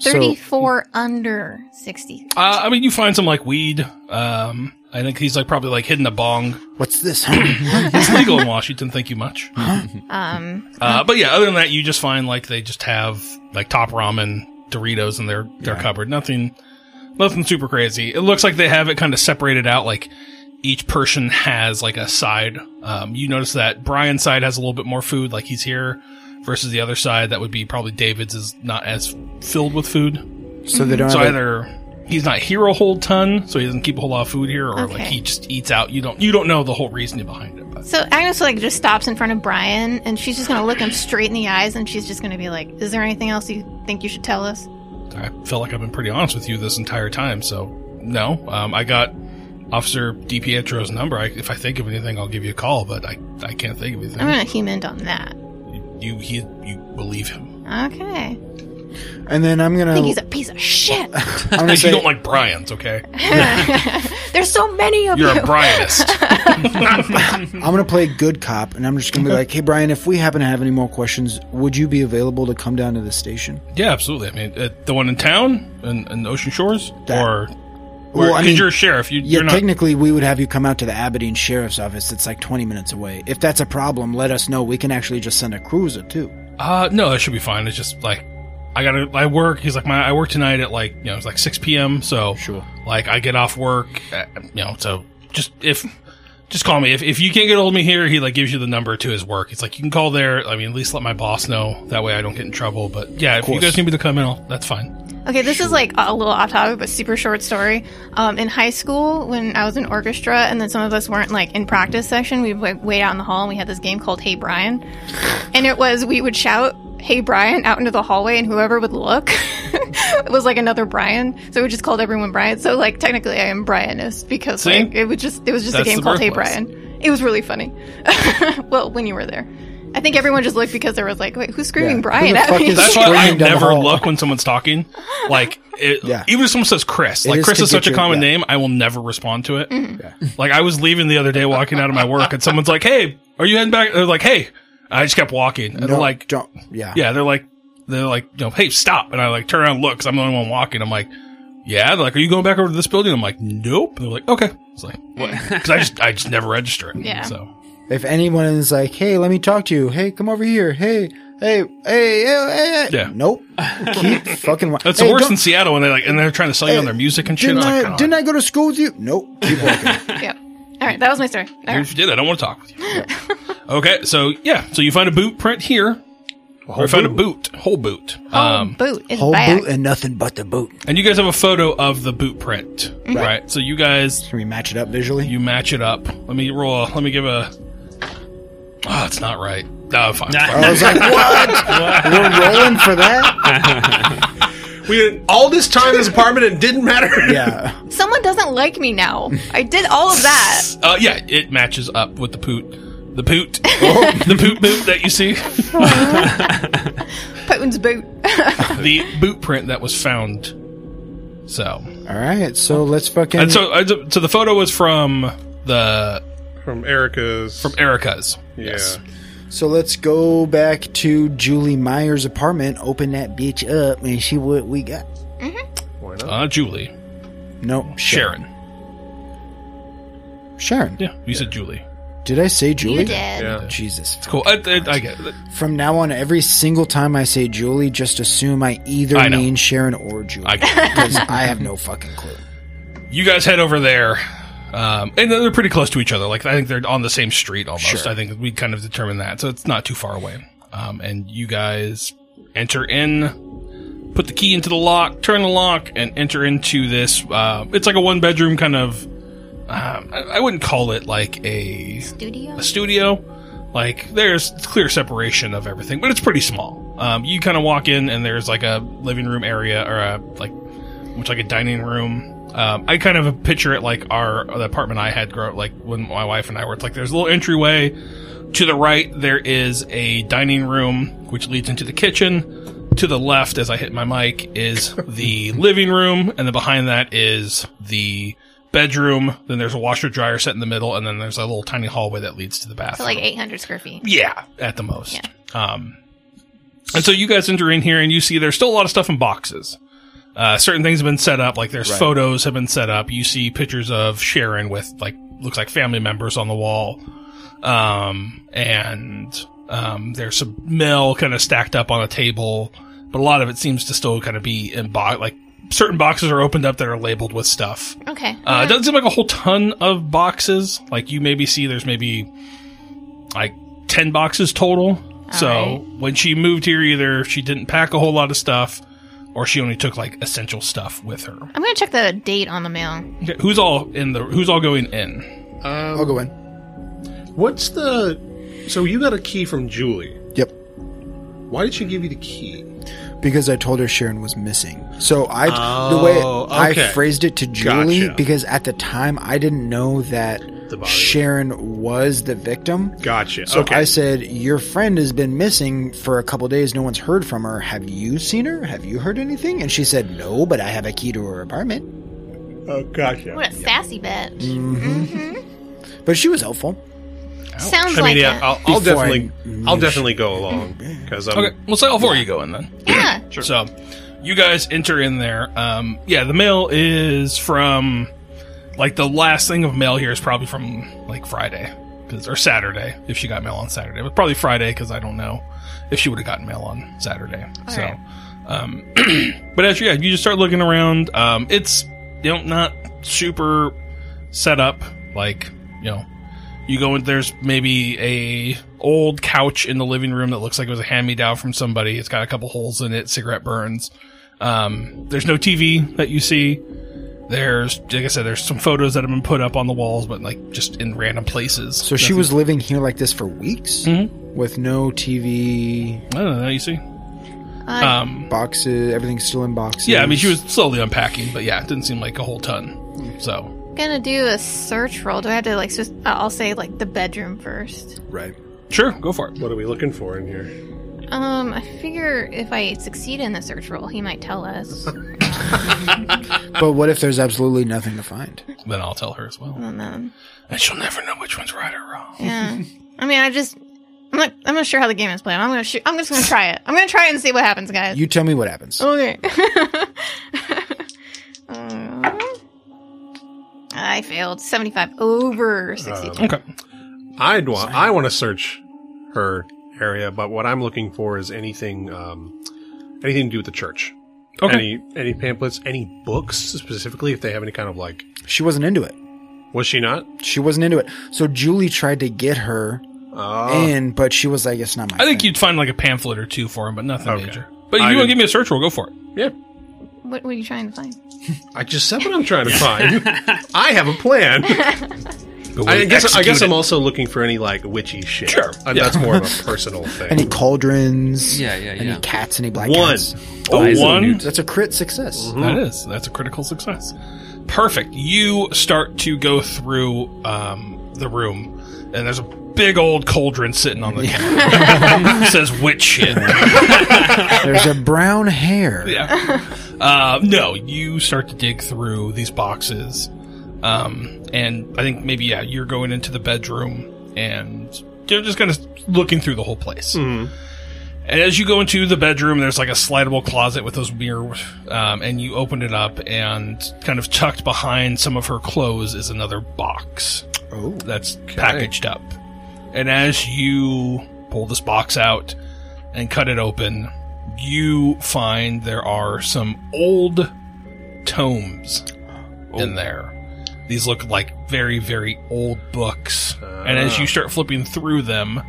S2: 34 under 60.
S1: Uh, I mean, you find some like weed. Um, I think he's like probably like hidden a bong.
S5: What's this? huh?
S1: It's legal in Washington. Thank you much.
S2: Um,
S1: Uh, but yeah, other than that, you just find like they just have like top ramen, Doritos in their their cupboard. Nothing, nothing super crazy. It looks like they have it kind of separated out. Like each person has like a side. Um, you notice that Brian's side has a little bit more food, like he's here, versus the other side that would be probably David's is not as filled with food.
S5: so they don't
S1: So
S5: have a-
S1: either. He's not here a whole ton, so he doesn't keep a whole lot of food here, or like
S2: Okay.
S1: he just eats out. You don't you don't know the whole reasoning behind it. But.
S2: so Agnes like just stops in front of Brian and she's just going to look him straight in the eyes and she's just going to be like, "Is there anything else you think you should tell us?"
S1: I feel like I've been pretty honest with you this entire time, so No, um, I got Officer DiPietro's number. I, if I think of anything, I'll give you a call, but I, I can't think of anything.
S2: I'm gonna human on that.
S1: you he, you believe him.
S2: Okay.
S5: And then I'm
S2: I
S5: gonna.
S1: Oh.
S2: think he's a piece of shit.
S5: I'm gonna
S1: You
S5: say,
S1: don't like Bryans, okay?
S2: There's so many of
S1: You're
S2: you.
S1: a Bryanist.
S5: I'm gonna play good cop, and I'm just gonna be like, "Hey, Brian, if we happen to have any more questions, would you be available to come down to the station?"
S1: yeah, absolutely. I mean, uh, the one in town and in, Ocean Shores,
S5: That-
S1: or
S5: Well, I
S1: because
S5: mean-
S1: you're a sheriff, you,
S5: Yeah,
S1: you're not.
S5: technically, we would have you come out to the Aberdeen Sheriff's Office. It's like 20 minutes away. If that's a problem, let us know. We can actually just send a cruiser too.
S1: Uh, no, that should be fine. It's just like I gotta. I work. He's like my. I work tonight at like you know it's like six p.m. So
S5: Sure.
S1: Like I get off work. At, you know, so just if just call me if if you can't get hold of me here, he like gives you the number to his work. It's like you can call there. I mean, at least let my boss know. That way, I don't get in trouble. But yeah, if you
S5: course.
S1: guys need me to come in, I'll, that's fine.
S2: Okay, this is like a little off topic, but super short story. Um, in high school, when I was in orchestra, and then some of us weren't like in practice section, we would wait out in the hall, and we had this game called Hey Brian, and it was we would shout Hey Brian out into the hallway, and whoever would look, it was like another Brian. So we just called everyone Brian. So like technically, I am Brianist because
S1: See?
S2: like it was just it was just
S1: That's
S2: a game
S1: the
S2: called Hey
S1: birthplace.
S2: Brian. It was really funny. well, when you were there. I think everyone just looked because there was like, wait, who's screaming
S5: Who
S2: Brian
S5: the
S2: at
S5: fuck
S2: me?
S5: is
S1: That's why I
S5: Screaming down the
S1: never
S5: hall.
S1: look when someone's talking. Like it,
S5: Yeah.
S1: even if someone says Chris, like
S5: is
S1: Chris
S5: to
S1: is such
S5: get
S1: a
S5: your-
S1: common
S5: yeah.
S1: name, I will never respond to it. Like I was leaving the other day, walking out of my work, and someone's like, "Hey, are you heading back?" They're like, "Hey," I just kept walking, and they're
S5: No,
S1: like,
S5: don't. Yeah.
S1: yeah, they're like, they're like, you know, hey, stop. And I like turn around and look because I'm the only one walking. I'm like, yeah. They're like, are you going back over to this building? I'm like, nope. They're like, okay. It's like, what? Because I just, I just never register it.
S2: Yeah.
S1: So
S5: If anyone is like, "Hey, let me talk to you. Hey, come over here. Hey, hey, hey, hey, hey.
S1: Yeah.
S5: Nope. Keep fucking. wa-
S1: that's
S5: hey,
S1: worse
S5: don't-
S1: in Seattle when they like, and they're trying to sell you on their music and shit.
S5: Didn't,
S1: I'm like,
S5: I,
S1: God,
S5: didn't I go to school with you? Nope. Keep walking.
S2: yeah. All right, that was my story. All right.
S1: even if you did, I don't want to talk with you. okay. So yeah. So you find a boot print here. Or you find a boot, whole boot.
S2: Oh.
S1: Um,
S2: boot is
S5: Whole
S2: back.
S5: boot and nothing but the boot.
S1: and you guys have a photo of the boot print,
S2: Mm-hmm.
S1: right? So you guys
S5: Can we match it up visually?
S1: You match it up. Let me roll. Let me give a. Oh, it's not right. No, fine. fine.
S5: I was like, what? We're rolling for that?
S3: We all this time in this apartment and it didn't matter.
S5: Yeah.
S2: Someone doesn't like me now. I did all of that.
S1: Uh, yeah, it matches up with the poot. The poot. the poot boot that you see.
S2: Putin's boot.
S1: The boot print that was found. So.
S5: All right. So let's fucking.
S1: And so, uh, so the photo was from the
S3: From Erica's. From
S1: Erica's.
S3: yeah.
S5: So let's go back to Julie Meyer's apartment, open that bitch up, and see what we got.
S3: Why not?
S1: Uh, Julie.
S5: No,
S1: Sharon.
S5: Sharon.
S1: Yeah, you said Julie.
S5: Did I say Julie?
S3: yeah.
S5: Jesus.
S1: Cool. I, I, I get it.
S5: From now on, every single time I say Julie, just assume I either
S1: I know.
S5: mean Sharon or Julie.
S1: I get it.
S5: Because I have no fucking clue.
S1: you guys head over there um, and they're pretty close to each other like i think they're on the same street almost i think we kind of determined that so it's not too far away um, and you guys enter in put the key into the lock turn the lock and enter into this uh, it's like a one bedroom kind of um, I, I wouldn't call it like a
S2: Studio.
S1: a studio. Like there's clear separation of everything, but it's pretty small. Um, you kind of walk in and there's like a living room area or a like, which like a dining room. Um, I kind of picture it like our the apartment I had grow like when my wife and I were. It's like there's a little entryway. To the right there is a dining room which leads into the kitchen. To the left, as I hit my mic, is the living room, and then behind that is the bedroom. Then there's a washer dryer set in the middle, and then there's a little tiny hallway that leads to the bathroom.
S2: So like 800 square feet.
S1: Yeah, at the most. Um, and so you guys enter in here and you see there's still a lot of stuff in boxes. Uh, certain things have been set up, like there's photos have been set up. You see pictures of Sharon with like looks like family members on the wall, um, and um, there's some mail kind of stacked up on a table, but a lot of it seems to still kind of be in box. Like certain boxes are opened up that are labeled with stuff.
S2: Okay.
S1: Uh, it doesn't seem like a whole ton of boxes. Like you maybe see there's maybe like 10 boxes total. so
S2: right.
S1: when she moved here, either she didn't pack a whole lot of stuff or she only took like essential stuff with her.
S2: I'm gonna check the date on the mail.
S1: Okay, who's all in the, who's all going in?
S5: I'll go in.
S3: What's the? So you got a key from Julie.
S5: Yep.
S3: Why did she give you the key?
S5: because I told her Sharon was missing. So I the way
S6: Oh, okay.
S5: I phrased it to Julie
S3: Gotcha.
S5: because at the time I didn't know that
S3: body.
S5: Sharon was the victim.
S3: Gotcha.
S5: So
S3: okay.
S5: I said, "Your friend has been missing for a couple days. No one's heard from her. Have you seen her? Have you heard anything?" And she said, "No, but I have a key to her apartment."
S3: oh, gotcha.
S2: What a sassy bitch.
S3: Mm.
S5: But she was helpful.
S2: Sounds
S3: I
S2: like
S3: mean, yeah,
S2: that.
S3: I'll, I'll
S5: Before I
S3: definitely,
S5: knew
S3: I'll
S5: she-
S3: definitely go along because I'm.
S1: Okay, well, so all four of you go in then.
S2: yeah.
S1: So you guys enter in there. Um, yeah, the mail is from like the last thing of mail here is probably from like Friday 'cause- or Saturday if she got mail on Saturday, but probably Friday because I don't know if she would have gotten mail on Saturday. so,
S2: right.
S1: um, but as you yeah, you just start looking around. Um, it's you know not super set up like you know you go in there's maybe a old couch in the living room that looks like it was a hand me down from somebody it's got a couple holes in it cigarette burns um, there's no tv that you see there's like i said there's some photos that have been put up on the walls but like just in random places
S5: So she was living here like this for weeks
S1: Mhm.
S5: with no TV,
S1: i don't know you see
S2: Uh,
S1: um,
S5: boxes, everything's still in boxes.
S1: yeah i mean she was slowly unpacking but yeah it didn't seem like a whole ton so
S2: gonna do a search roll. Do I have to like? Just, uh, I'll say like the bedroom first.
S5: right.
S1: sure go for it
S3: What are we looking for in here?
S2: Um, I figure if I succeed in the search roll, he might tell us.
S5: But what if there's absolutely nothing to find?
S1: then i'll tell her as well
S2: and then,
S1: and she'll never know which one's right or wrong
S2: yeah. I mean, I just. I'm not. I'm not sure how the game is played. I'm gonna. Shoot, I'm just gonna try it. I'm gonna try it and see what happens, guys.
S5: You tell me what happens.
S2: Okay. Uh, I failed 75 over 60.
S1: okay
S3: I'd want. I want to search her area, but what I'm looking for is anything, um, anything to do with the church.
S1: Okay.
S3: Any any pamphlets, any books specifically, if they have any kind of like.
S5: She wasn't into it.
S3: Was she not?
S5: She wasn't into it. So Julie tried to get her
S3: Uh,
S5: in, but she was like, "It's not my."
S1: I think
S5: thing."
S1: you'd find like a pamphlet or two for him, but nothing
S3: Okay.
S1: major. But if
S3: I
S1: you want to
S3: didn't-
S1: give me a search roll, go for it.
S3: yeah.
S2: What were you trying to find?
S3: I just said what I'm trying to find. I have a plan. I guess I guess I'm also looking for any like witchy shit.
S1: Sure.
S3: Uh,
S1: Yeah.
S3: That's more of a personal
S5: any
S3: thing.
S5: cauldrons.
S4: Yeah, yeah, yeah.
S5: Any cats? Any black
S3: One.
S5: cats?
S1: Oh,
S4: Eyes of
S1: one?
S4: Newt.
S5: That's a crit success.
S1: That is. That's a critical success. Perfect. You start to go through um, the room, and there's a big old cauldron sitting on the counter. It says witch shit.
S5: There's a brown hair.
S1: Yeah. Uh, no, you start to dig through these boxes, um, and I think maybe yeah, you're going into the bedroom and you're just kind of looking through the whole place. And as you go into the bedroom, there's like a slidable closet with those mirrors, um, and you open it up, and kind of tucked behind some of her clothes is another box
S5: Oh,
S1: that's packaged up. And as you pull this box out and cut it open, you find there are some old tomes in there. These look like very, very old books. And as you start flipping through them,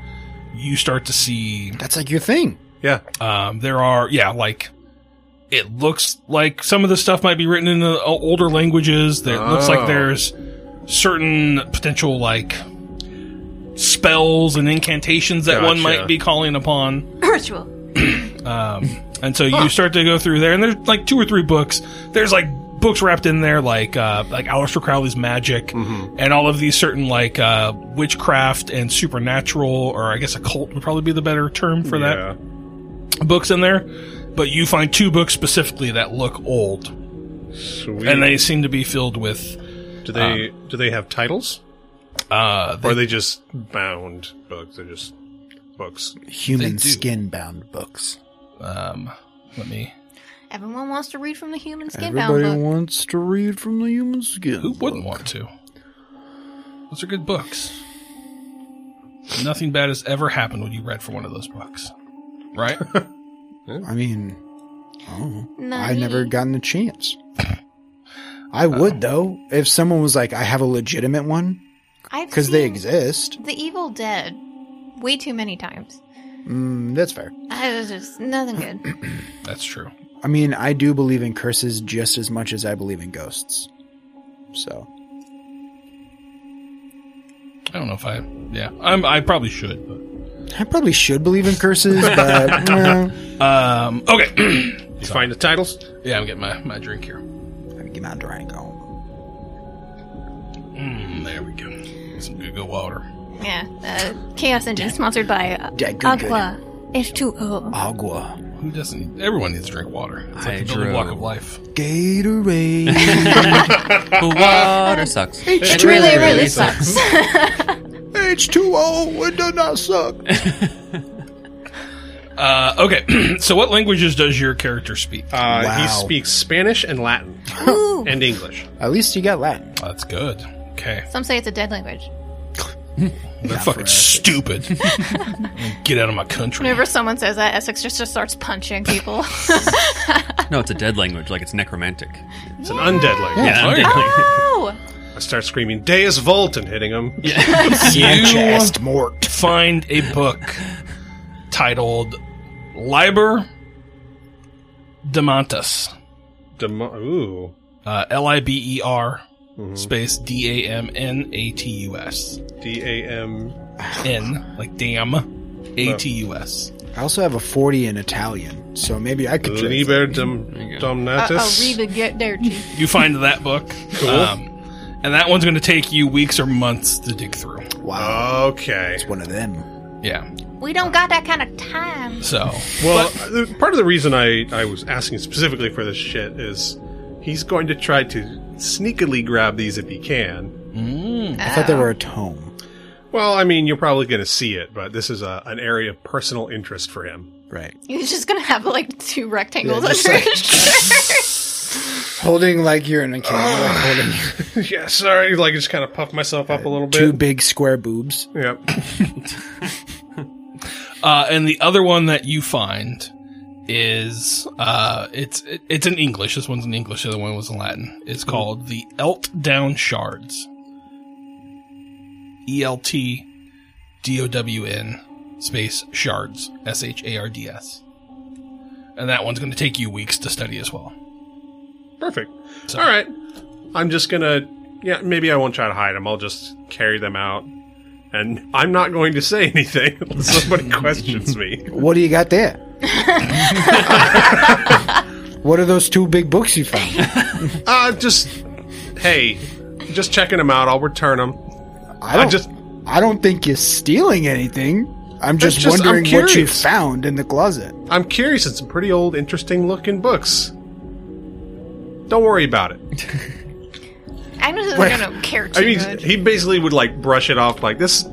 S1: you start to see
S5: that's like your thing.
S3: Yeah.
S1: um, there are, yeah, like it looks like some of the stuff might be written in the o- older languages. There it looks
S3: Oh.
S1: like there's certain potential like spells and incantations that one
S3: Gotcha.
S1: might be calling upon.
S2: Ritual.
S1: Um, and so you start to go through there, and there's like two or three books. There's like books wrapped in there, like uh, like Aleister Crowley's magic,
S3: Mm-hmm.
S1: and all of these certain like uh, witchcraft and supernatural, or I guess occult would probably be the better term for that
S3: Yeah.
S1: books in there, but you find two books specifically that look old,
S3: Sweet.
S1: and they seem to be filled with.
S3: do they do they have titles?
S1: Uh,
S3: Or are they just bound books? They're just books.
S5: Human
S1: do.
S5: skin bound books.
S1: um, let me.
S2: Everyone wants to read from the human skin bound
S5: Everybody
S2: book.
S5: wants to read from the human skin.
S1: Who wouldn't want to? Those are good books. Nothing bad has ever happened when you read from one of those books, right?
S5: I mean, oh,
S2: Nani.
S5: I've never gotten a chance. I would though if someone was like, "I have a legitimate one,"
S2: I've
S5: because they
S2: seen
S5: exist.
S2: The Evil Dead way too many times.
S5: Mm, that's fair.
S2: I was just nothing good.
S1: That's true.
S5: I mean, I do believe in curses just as much as I believe in ghosts. So
S1: I don't know if I. Yeah, I'm. I probably should, but
S5: I probably should believe in curses, but eh,
S1: Um, okay.
S3: You find the titles?
S1: yeah, I'm getting my, my drink here.
S5: let me get my drink on.
S1: Mm, there we go. Some good, good water.
S2: Yeah. Uh, Chaos Engine sponsored by uh,
S5: Yeah, good, good.
S2: Agua H2O.
S5: Agua.
S1: Who doesn't? Everyone needs to drink water. It's like the building
S4: Hydro.
S1: block of life.
S5: Gatorade.
S4: The water sucks.
S2: It really, really sucks.
S5: H2O. It does not suck.
S1: Uh, okay. so, what languages does your character speak?
S3: Uh, He
S5: Wow.
S3: speaks Spanish and Latin
S2: Ooh.
S3: and English.
S5: At least you got Latin.
S1: That's good. Okay.
S2: Some say it's a dead language.
S1: They're fucking stupid. Get out of my country.
S2: Whenever someone says that, Essex just, just starts punching people.
S4: No, it's a dead language. Like it's necromantic.
S3: It's an undead language.
S4: Yeah,
S1: Oh,
S4: undead
S1: yeah.
S4: language.
S2: oh!
S3: I start screaming Deus Volt and hitting him.
S1: You
S5: Chest mort.
S1: find a book titled Liber Demantus.
S3: Dem- ooh.
S1: Uh, L I B E R space D A M N A T U S.
S3: D A M.
S1: N, like damn, A T U S.
S5: I also have a 40 in Italian, so maybe I could try.
S3: Liber Dom-
S2: I'll
S3: Domnatus.
S2: read it, get there, Chief.
S1: You find that book. Um, and that one's going to take you weeks or months to dig through.
S5: Wow.
S3: Okay.
S5: One of them.
S1: Yeah.
S2: We don't got that kind of time.
S1: So,
S3: Well, the- part of the reason I, I was asking specifically for this shit is he's going to try to sneakily grab these if he can.
S5: I thought they
S3: oh.
S5: were a tome.
S3: Well, I mean, you're probably going to see it, but this is a, an area of personal interest for him.
S5: Right.
S2: He's just gonna have like two rectangles
S5: Yeah, just
S2: under
S5: like-
S2: his shirt.
S5: Holding like you're in a
S3: Oh.
S5: camera. like, holding
S3: yeah, sorry. Like, I just kind of puffed myself up a little
S5: two
S3: bit.
S5: Uh, big square boobs.
S3: Yep.
S1: uh, and the other one that you find is uh, it's it- it's in English. This one's in English. The other one was in Latin. It's called the Elt Down Shards. E L T D O W N space shards S H A R D S. And that one's going to take you weeks to study as well.
S3: Perfect. All right. I'm just going to. Yeah, maybe I won't try to hide them. I'll just carry them out. And I'm not going to say anything unless somebody questions me.
S5: What do you got there? what are those two big books you found?
S3: Uh, just. Hey, just checking them out. I'll return them.
S5: I don't. I,
S3: just-
S5: don't think you're stealing anything. I'm just,
S3: just- I'm
S5: wondering what you
S3: curious.
S5: found in the closet.
S3: I'm curious. It's some pretty old, interesting looking books. Don't worry about it.
S2: I'm just gonna care too
S3: I mean,
S2: good.
S3: he basically would like brush it off like this.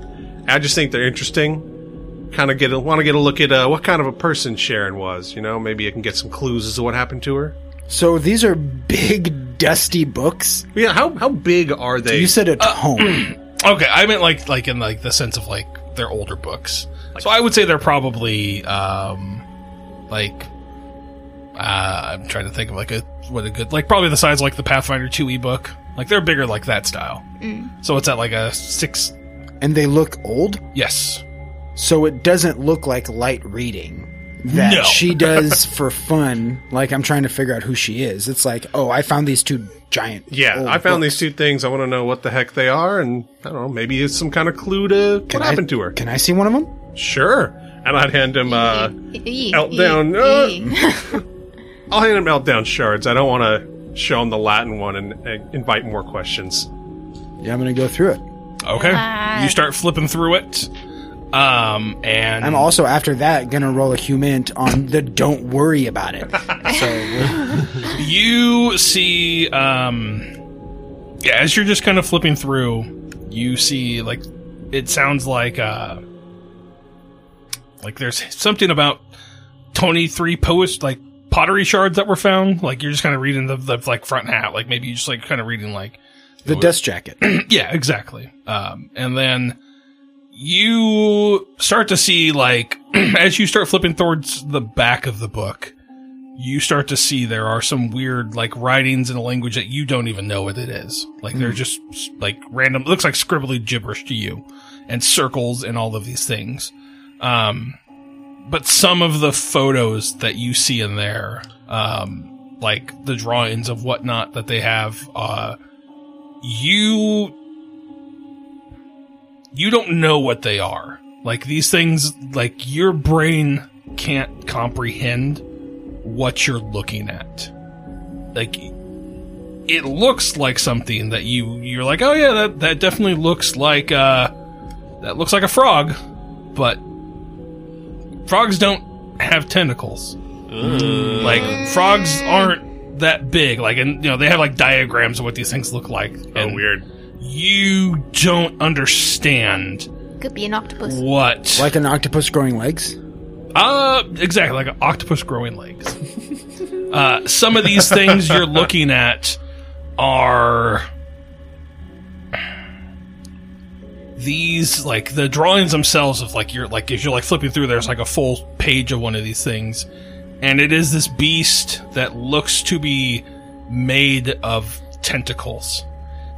S3: I just think they're interesting. Kind of get a, want to get a look at uh, what kind of a person Sharon was. You know, maybe I can get some clues as to what happened to her.
S5: So these are big, dusty books.
S3: Yeah, how how big Uh, are they?
S5: You said a tome.
S1: Okay, I meant like like in like the sense of like their older books. so I would say they're probably um like uh I'm trying to think of like a what a good like probably the size of like the Pathfinder 2 ebook. Like they're bigger like that style. So it's at like a 6
S5: and they look old,
S1: yes.
S5: so it doesn't look like light reading that
S1: No.
S5: she does for fun. Like I'm trying to figure out who she is. It's like, oh, I found these two giant.
S3: yeah,
S5: old
S3: I found
S5: books.
S3: these two things. I want to know what the heck they are, and I don't know. Maybe it's some kind of clue to
S5: Can
S3: what
S5: I-
S3: happened to her.
S5: Can I see one of them?
S3: Sure. And I'd hand him uh,
S2: E-
S3: Elt
S2: E-
S3: down,
S2: E-
S3: uh, I'll hand him meltdown shards. I don't want to show him the Latin one and uh, invite more questions.
S5: Yeah, I'm gonna go through it.
S1: Okay.
S2: What?
S1: You start flipping through it. Um and
S5: I'm also after that gonna roll a humint on the don't worry about it.
S1: you see um yeah, as you're just kind of flipping through you see like it sounds like uh like there's something about 23 poets like pottery shards that were found like you're just kind of reading the, the like front hat like maybe you're just like kind of reading like
S5: The dust jacket.
S1: yeah exactly um and then you start to see like as you start flipping towards the back of the book you start to see there are some weird like writings in a language that you don't even know what it is like they're just like random it looks like scribbly gibberish to you and circles and all of these things um but some of the photos that you see in there um like the drawings of whatnot that they have uh you you don't know what they are Like these things, like your brain can't comprehend what you're looking at. Like it looks like something that you you're like, oh yeah, that that definitely looks like uh that looks like a frog, but frogs don't have tentacles. Like frogs aren't that big. Like and you know they have like diagrams of what these things look like.
S3: Oh,
S1: and
S3: weird.
S1: You don't understand
S2: Could be an octopus.
S1: what.
S5: Like an octopus growing legs?
S1: Uh, exactly, like an octopus growing legs. uh, some of these things you're looking at are these like the drawings themselves of like you're like if you're like flipping through there's like a full page of one of these things and it is this beast that looks to be made of tentacles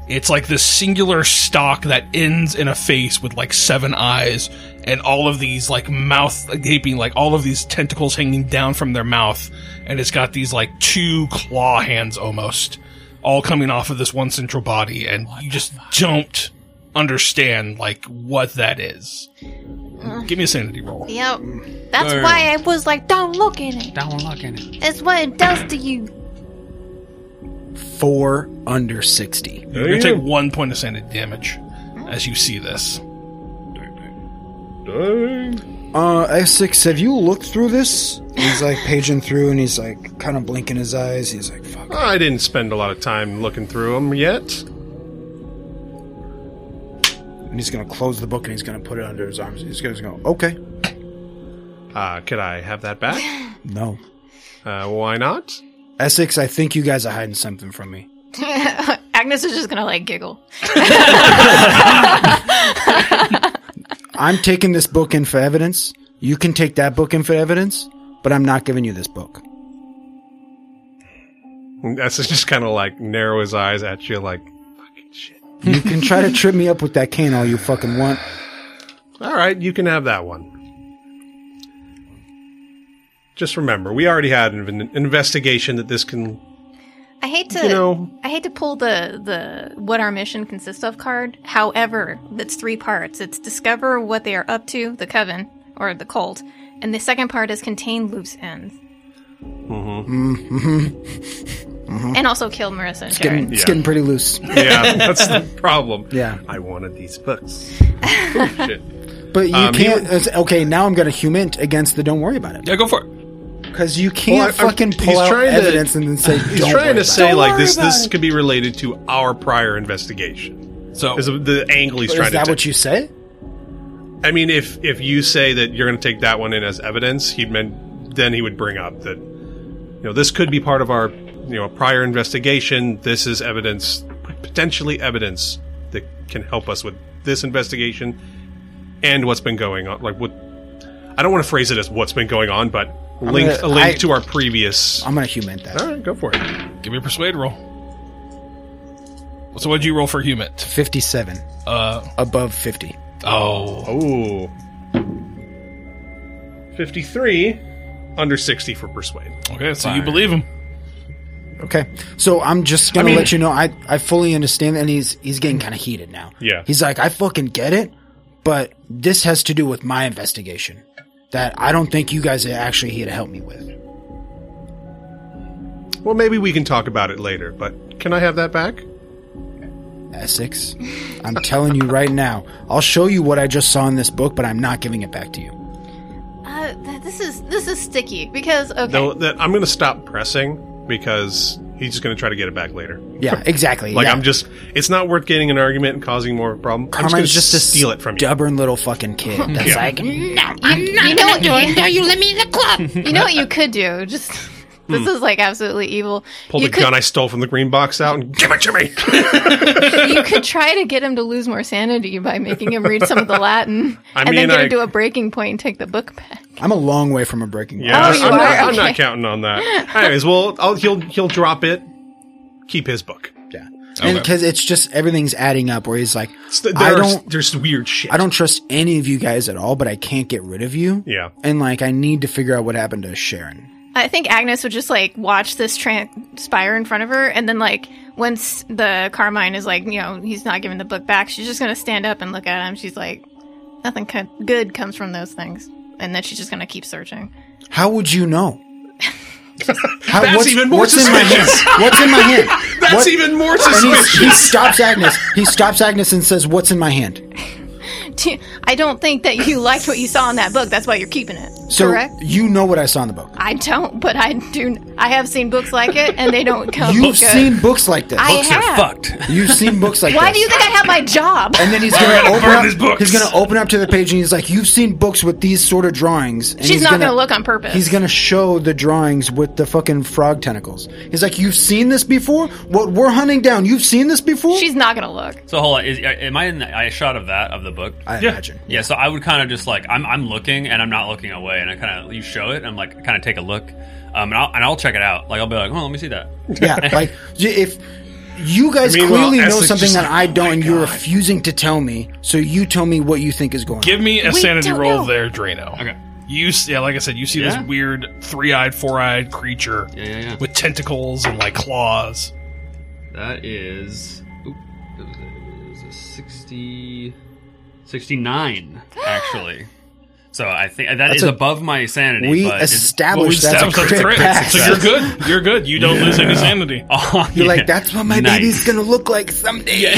S1: it's like this singular stalk that ends in a face with like seven eyes and all of these like mouth gaping, like all of these tentacles hanging down from their mouth. And it's got these like two claw hands almost, all coming off of this one central body. And you just don't understand like what that is. Give me a sanity roll.
S2: Yep. That's why I was like, don't look in it.
S7: Don't look in it.
S2: That's what it does to you.
S5: Four under 60.
S1: You're going to take one point of sanity damage as you see this.
S5: Uh, Essex, have you looked through this? He's like paging through and he's like kind of blinking his eyes. He's like, fuck.
S3: I didn't spend a lot of time looking through them yet.
S5: And he's going to close the book and he's going to put it under his arms. He's going to go, okay.
S3: Uh, could I have that back?
S5: No.
S3: Uh, why not?
S5: Essex, I think you guys are hiding something from me.
S2: Agnes is just gonna like giggle.
S5: I'm taking this book in for evidence. You can take that book in for evidence, but I'm not giving you this book.
S3: That's just kind of like narrow his eyes at you, like,
S5: You can try to trip me up with that cane all you fucking want.
S3: all right, you can have that one. Just remember, we already had an investigation that this can,
S2: I hate to
S3: you know,
S2: I hate to pull the the what our mission consists of card. However, that's three parts. It's discover what they are up to, the coven or the cult, and the second part is contain loose ends. Mm-hmm. And also kill Marissa and Sharon.
S5: Getting, Mm-hmm. It's
S3: Yeah.
S5: getting pretty loose.
S3: yeah, that's the problem.
S5: Yeah.
S3: I wanted these books. Shit.
S5: But you
S3: Um, he
S5: can't. it's- okay, now I'm going to human against the don't worry about it.
S1: Yeah, go for it.
S5: Because you can't
S3: Well, I- I'm-
S5: fucking
S3: he's
S5: pull out
S3: trying to-
S5: evidence and then say,
S3: He's
S5: don't worry
S3: trying
S5: about
S3: to say
S5: it.
S3: like this. This could be related to our prior investigation.
S1: So
S3: Is the angle he's
S5: Is
S3: trying
S5: that
S3: to
S5: what
S3: take.
S5: you say?
S3: I mean, if if you say that you're going to take that one in as evidence, he'd meant then he would bring up that you know this could be part of our you know prior investigation. This is evidence, potentially evidence that can help us with this investigation and what's been going on. Like what I don't want to phrase it as what's been going on, but link
S5: gonna-
S3: a link
S5: I-
S3: to our previous.
S5: I'm going to human that.
S3: all right, go for it.
S1: give me a persuade roll. So what'd you roll for human?
S5: 57.
S1: Uh,
S5: Above 50.
S1: oh.
S3: Oh. 53 under 60 for persuade.
S1: Okay, so you believe him.
S5: Okay, so I'm just gonna let you know I I fully understand, and he's he's getting kind of heated now.
S3: Yeah.
S5: he's like, I fucking get it, but this has to do with my investigation that I don't think you guys are actually here to help me with.
S3: Well, maybe we can talk about it later, but can I have that back?
S5: Essex, I'm telling you right now, I'll show you what I just saw in this book, but I'm not giving it back to you.
S2: Uh, th- this is this is sticky because okay,
S3: No, that I'm going to stop pressing because he's just going to try to get it back later.
S5: Yeah, exactly.
S3: Like
S5: yeah.
S3: I'm just it's not worth getting an argument and causing more of a problem.
S5: Carmine's
S3: I'm just going to steal
S5: a
S3: it from you.
S5: stubborn little fucking kid. That's like,
S2: you, you know what you, you let me in the club. You know what you could do? Just this is like absolutely evil.
S3: Hmm. Pull
S2: you
S3: the
S2: could,
S3: gun I stole from the green box out and give it to me.
S2: you could try to get him to lose more sanity by making him read some of the Latin,
S3: I
S2: and
S3: mean,
S2: then get
S3: I-
S2: him to a breaking point and take the book back.
S5: I'm a long way from a breaking.
S3: Yeah,
S2: Oh,
S3: I'm,
S2: you
S3: not,
S2: are?
S3: I'm not
S2: Okay.
S3: counting on that. Anyways, well, I'll, he'll he'll drop it. Keep his book.
S5: Yeah, because it's just everything's adding up. Where he's like,
S3: It's- There
S5: I
S3: are-
S5: don't.
S3: there's weird shit.
S5: I don't trust any of you guys at all, but I can't get rid of you.
S3: Yeah.
S5: And like, I need to figure out what happened to Sharon.
S2: I think Agnes would just like watch this transpire in front of her, and then like once the Carmine is like, you know, he's not giving the book back, she's just gonna stand up and look at him. She's like, nothing co- good comes from those things, and that she's just gonna keep searching.
S5: How would you know? How,
S3: That's even more
S5: what's in my hand? What's in my hand?
S3: That's
S5: What-
S3: even more
S5: And he,
S3: suspicious.
S5: he stops Agnes. He stops Agnes and says, "What's in my hand?"
S2: I don't think that you liked what you saw in that book. That's why you're keeping it.
S5: So
S2: correct?
S5: you know what I saw in the book.
S2: I don't, but I do. I have seen books like it, and they don't come
S5: You've
S2: good.
S5: seen books like this.
S2: I
S4: Books are
S2: have.
S4: fucked.
S5: You've seen books like
S2: Why
S5: this.
S2: do you think I have my job?
S5: and then he's gonna
S6: gonna
S5: open
S6: burn
S5: up,
S6: his books.
S5: He's gonna open up to the page and he's like, "You've seen books with these sort of drawings." And
S2: She's
S5: he's
S2: not gonna, look on purpose.
S5: He's gonna show the drawings with the fucking frog tentacles. He's like, "You've seen this before? What we're hunting down? You've seen this before?"
S2: She's not gonna look.
S4: So hold on, is, uh, am I in the eye shot of that of the book?
S5: I
S6: Yeah.
S5: imagine.
S4: yeah, so I would kind of just like I'm I'm looking and I'm not looking away, and I kind of you show it, and I'm like kind of take a look, um, and I'll and I'll check it out. Like I'll be like, oh, let me see that.
S5: Yeah, like y- if you guys
S3: Meanwhile,
S5: clearly know
S3: Essex
S5: something
S3: just like,
S5: that I
S3: "Oh
S5: don't,
S3: my
S5: and you're
S3: God."
S5: refusing to tell me, so you tell me what you think is going.
S6: Give me a
S2: We
S6: sanity
S2: don't
S6: roll
S2: know.
S6: there, Drano.
S4: Okay.
S6: You s- yeah, like I said, you see
S4: Yeah.
S6: this weird three-eyed, four-eyed creature
S4: Yeah, yeah, yeah.
S6: with tentacles and like claws.
S4: That is, oop, that was a, it was a 60, 69, actually. So I think that is
S5: a-
S4: above my
S5: on.
S4: sanity.
S5: We
S4: but it's-
S6: we
S5: established that's a crit pass.
S6: so you're good. You're good. You don't lose any sanity.
S4: Oh,
S5: You're
S4: yeah.
S5: like, that's what my
S4: nice.
S5: baby's gonna look like someday.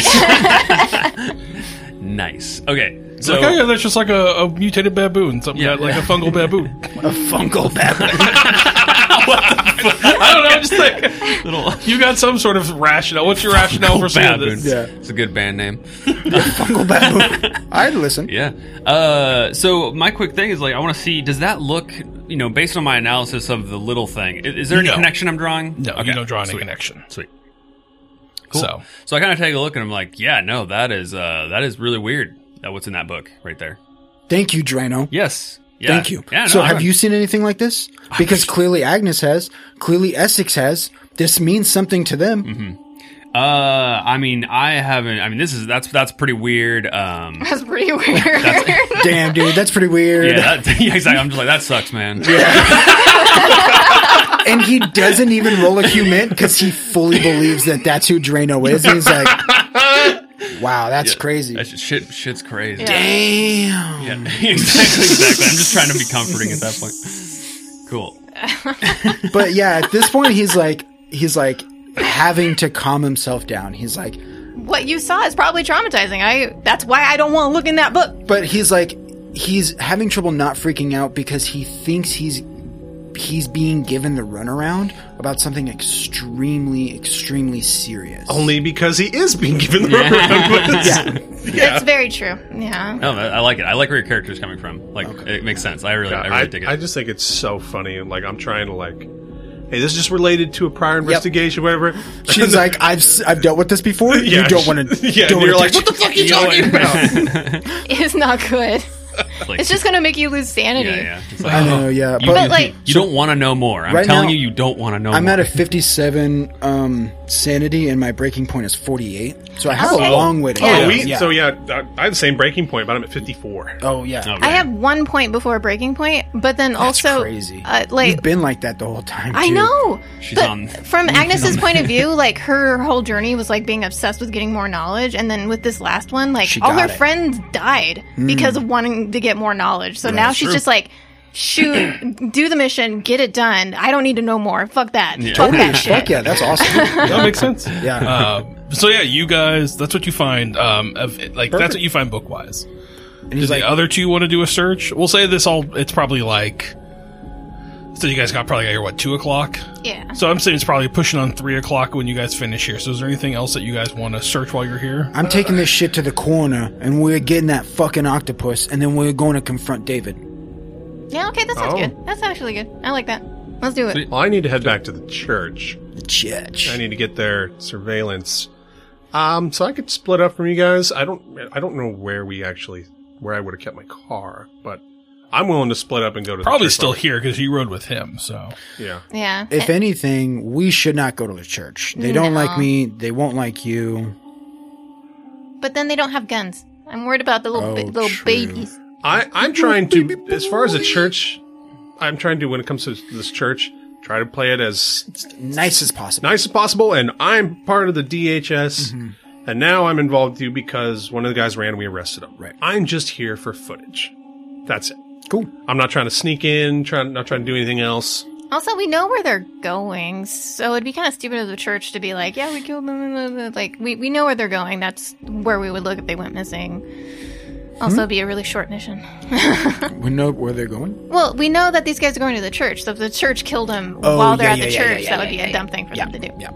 S4: Nice. Okay.
S6: So,
S4: So
S6: like, oh, yeah, that's just like a, a mutated baboon, something
S4: Yeah.
S6: that, like a fungal baboon.
S5: A fungal baby.
S6: I don't know. Just like
S4: little
S6: you got some sort of rationale. What's your rationale for saying
S4: baboon.
S6: this?
S5: Yeah.
S4: It's a good band name.
S5: fungal baboon. I'd listen.
S4: Yeah. Uh, so my quick thing is like, I want to see. Does that look? You know, based on my analysis of the little thing, i- is, there any
S6: No.
S4: connection I'm drawing?
S6: No,
S4: Okay.
S6: you don't draw any
S4: Sweet.
S6: connection.
S4: Sweet. Cool.
S6: So.
S4: So, I kind of take a look and I'm like, yeah, no, that is uh, that is really weird. That what's in that book right there.
S5: Thank you, Drano.
S4: Yes. Yeah.
S5: Thank you.
S4: Yeah, no,
S5: so,
S4: I
S5: have
S4: don't-
S5: you seen anything like this? Because clearly Agnes has, clearly Essex has. This means something to them.
S4: Mm-hmm. Uh, I mean, I haven't. I mean, this is that's that's pretty weird. Um,
S2: That's pretty weird.
S5: Damn, dude, that's pretty weird.
S4: yeah, that, yeah, exactly. I'm just like that sucks, man.
S5: And he doesn't even roll a human because he fully believes that that's who Drano is. And he's like, wow, that's crazy.
S4: That shit, shit's crazy.
S5: Damn.
S4: Yeah, exactly, exactly. I'm just trying to be comforting at that point. Cool.
S5: But yeah, at this point, he's like, he's like having to calm himself down. He's like,
S2: what you saw is probably traumatizing. I. That's why I don't want to look in that book.
S5: but he's like, he's having trouble not freaking out because he thinks he's he's being given the runaround about something extremely extremely serious
S3: Only because he is being given the rubber round.
S5: yeah
S2: That's very true. Yeah.
S4: No, I I like it. I like where your character's coming from. Like, it makes sense. I really, I really
S3: I,
S4: dig it.
S3: I just think it's so funny. and Like I'm trying to like, hey, this is just related to a prior investigation, whatever.
S5: she's like i've s- i've dealt with this before
S3: Yeah,
S5: you don't
S3: she-
S5: want to
S3: yeah,
S5: don't
S3: and you're
S5: wanna
S3: like,
S5: touch
S3: what the fuck are you talking about?
S2: It's not good.
S4: Like,
S2: It's just gonna make you lose sanity.
S4: yeah, yeah. It's
S5: I
S4: like, oh,
S5: know, yeah. But,
S2: But like,
S4: you don't want to know more. I'm
S5: Right
S4: telling
S5: now,
S4: you, you don't want to know.
S5: I'm
S4: more.
S5: at a 57 um, sanity, and my breaking point is 48. So I have
S2: Okay.
S5: a long way to go.
S3: Oh,
S2: Yeah.
S3: we,
S5: yeah.
S3: So yeah, uh, I I have the same breaking point, but I'm at 54.
S5: oh yeah.
S4: Okay.
S2: I have one point before a breaking point, but then
S5: That's
S2: also
S5: crazy.
S2: Uh, like
S5: You've been like that the whole time.
S2: I
S5: too.
S2: know.
S4: She's
S2: but
S4: on-
S2: from Agnes's point of view, like her whole journey was like being obsessed with getting more knowledge, and then with this last one, like
S5: She
S2: all her
S5: got it. Hmm.
S2: friends died because of wanting to get more knowledge. So now she's just like, shoot, do the mission, get it done. I don't need to know more. Fuck that. Fuck that shit.
S5: Fuck yeah, that's awesome.
S6: That makes sense.
S5: Yeah.
S6: Uh, so yeah, you guys. That's what you find. Um, of, like that's what you find book wise.
S5: and
S6: Do
S5: he's like,
S6: the other two want to do a search? We'll say this all. It's probably like. So you guys got probably got here what two o'clock.
S2: Yeah.
S6: So I'm saying it's probably pushing on three o'clock when you guys finish here. So is there anything else that you guys want to search while you're here?
S5: I'm taking this shit to the corner, and we're getting that fucking octopus, and then we're going to confront David.
S2: Yeah. Okay. That sounds
S3: Oh.
S2: good. That's actually good. I like that. Let's do it.
S3: Well, I need to head back to the church.
S5: The church.
S3: I need to get their surveillance. Um, so I could split up from you guys. I don't. I don't know where we actually where I would have kept my car, but I'm willing to split up and go to
S6: Probably
S3: the church
S6: still
S3: bar.
S6: here because you rode with him. So
S3: Yeah.
S2: Yeah.
S5: If anything, we should not go to the church. They don't
S2: No.
S5: like me. They won't like you.
S2: But then they don't have guns. I'm worried about the little
S5: Oh,
S2: ba- little
S5: true.
S2: babies.
S3: I I'm trying to as far as the church. I'm trying to when it comes to this church. Try to play it as
S5: Nice as possible.
S3: nice as possible, and I'm part of the DHS, And now I'm involved with you because one of the guys ran and we arrested him.
S5: Right.
S3: I'm just here for footage. That's it.
S5: Cool.
S3: I'm not trying to sneak in, trying not trying to do anything else.
S2: Also, we know where they're going, so it'd be kind of stupid of the church to be like, "Yeah, we killed them." blah, blah, blah." Like, we we know where they're going. That's where we would look if they went missing.
S5: Hmm?
S2: Also, it'd be a really short mission.
S5: We know where they're going.
S2: Well, we know that these guys are going to the church, so if the church killed them
S5: Oh,
S2: while they're
S5: yeah,
S2: at
S5: yeah,
S2: the
S5: yeah,
S2: church,
S5: yeah, yeah,
S2: that would be a dumb thing for
S5: Yeah.
S2: them to do.
S5: Yeah.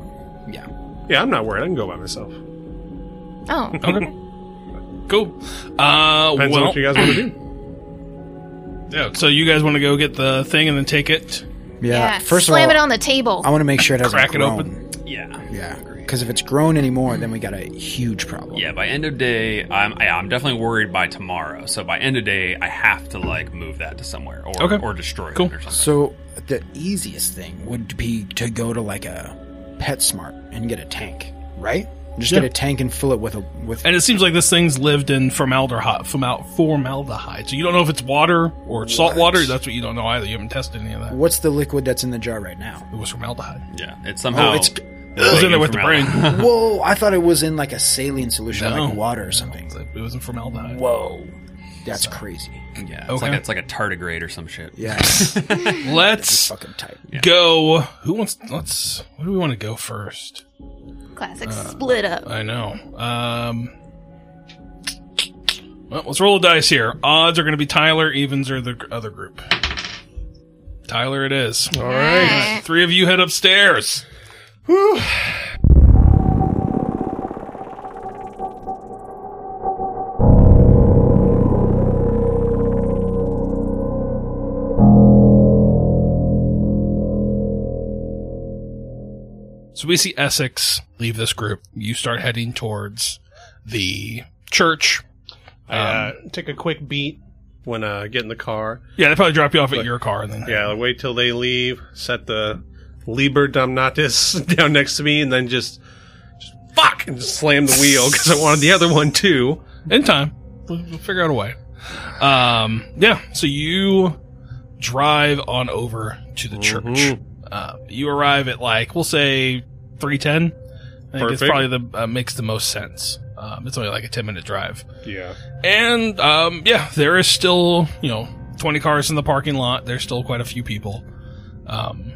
S5: Yeah.
S3: Yeah, I'm not worried. I can go by myself. Depends
S2: Oh,
S1: Okay. Cool. Uh,
S3: on
S1: well,
S3: what you guys want to do.
S1: yeah, so you guys want to go get the thing and then take it?
S5: Yeah.
S2: yeah.
S5: First
S2: Slam
S5: of all,
S2: it on the table.
S5: I want to make sure it hasn't
S1: Crack it
S5: grown.
S1: open.
S4: Yeah.
S5: Yeah. Because if it's grown anymore, then we got a huge problem.
S4: Yeah, by end of day, I'm yeah, I'm definitely worried by tomorrow. So by end of day, I have to like move that to somewhere or
S1: Okay.
S4: or destroy
S1: Cool.
S4: it or something.
S5: So the easiest thing would be to go to like a PetSmart and get a tank, right? Just
S1: Yeah.
S5: get a tank and fill it with a with.
S1: And it seems like this thing's lived in formaldehyde, formal, formaldehyde. So you don't know if it's water or salt water. That's what you don't know either. You haven't tested any of that.
S5: What's the liquid that's in the jar right now?
S1: It was formaldehyde.
S4: yeah, it's somehow
S5: Oh, it's-
S4: it's
S1: It was in there with the brain.
S5: Whoa! I thought it was in like a saline solution,
S1: No.
S5: like water or something.
S1: Oh. It was in formaldehyde.
S5: Whoa, that's crazy.
S4: Yeah, it's
S1: Okay.
S4: like it's like a tardigrade or some shit.
S5: Yeah,
S1: Let's
S5: fucking tight.
S1: go. Who wants? Let's. Where do we want to go first?
S5: Uh,
S2: Classic split up.
S1: I know. Um. Well, let's roll the dice here. Odds are going to be Tyler. Evens are the gr- other group. Tyler, it is. All right. Three of you head upstairs. So we see Essex leave this group. You start heading towards the church.
S3: I, uh, take a quick beat when I get in the car.
S1: Yeah, they probably drop you off at your car and then
S3: Yeah, I'll wait till they leave. Set the Liber Domnatis down next to me, and then just, just fuck and just slam the wheel because I wanted the other one too.
S1: in time. We'll, we'll figure out a way. Um, yeah, so you drive on over to the church.
S3: Mhm.
S1: Uh, you arrive at like we'll say three ten. I think it's
S3: Perfect.
S1: probably the uh, makes the most sense. Um, it's only like a ten minute drive,
S3: Yeah.
S1: and um, yeah, there is still you know twenty cars in the parking lot. There's still quite a few people, um,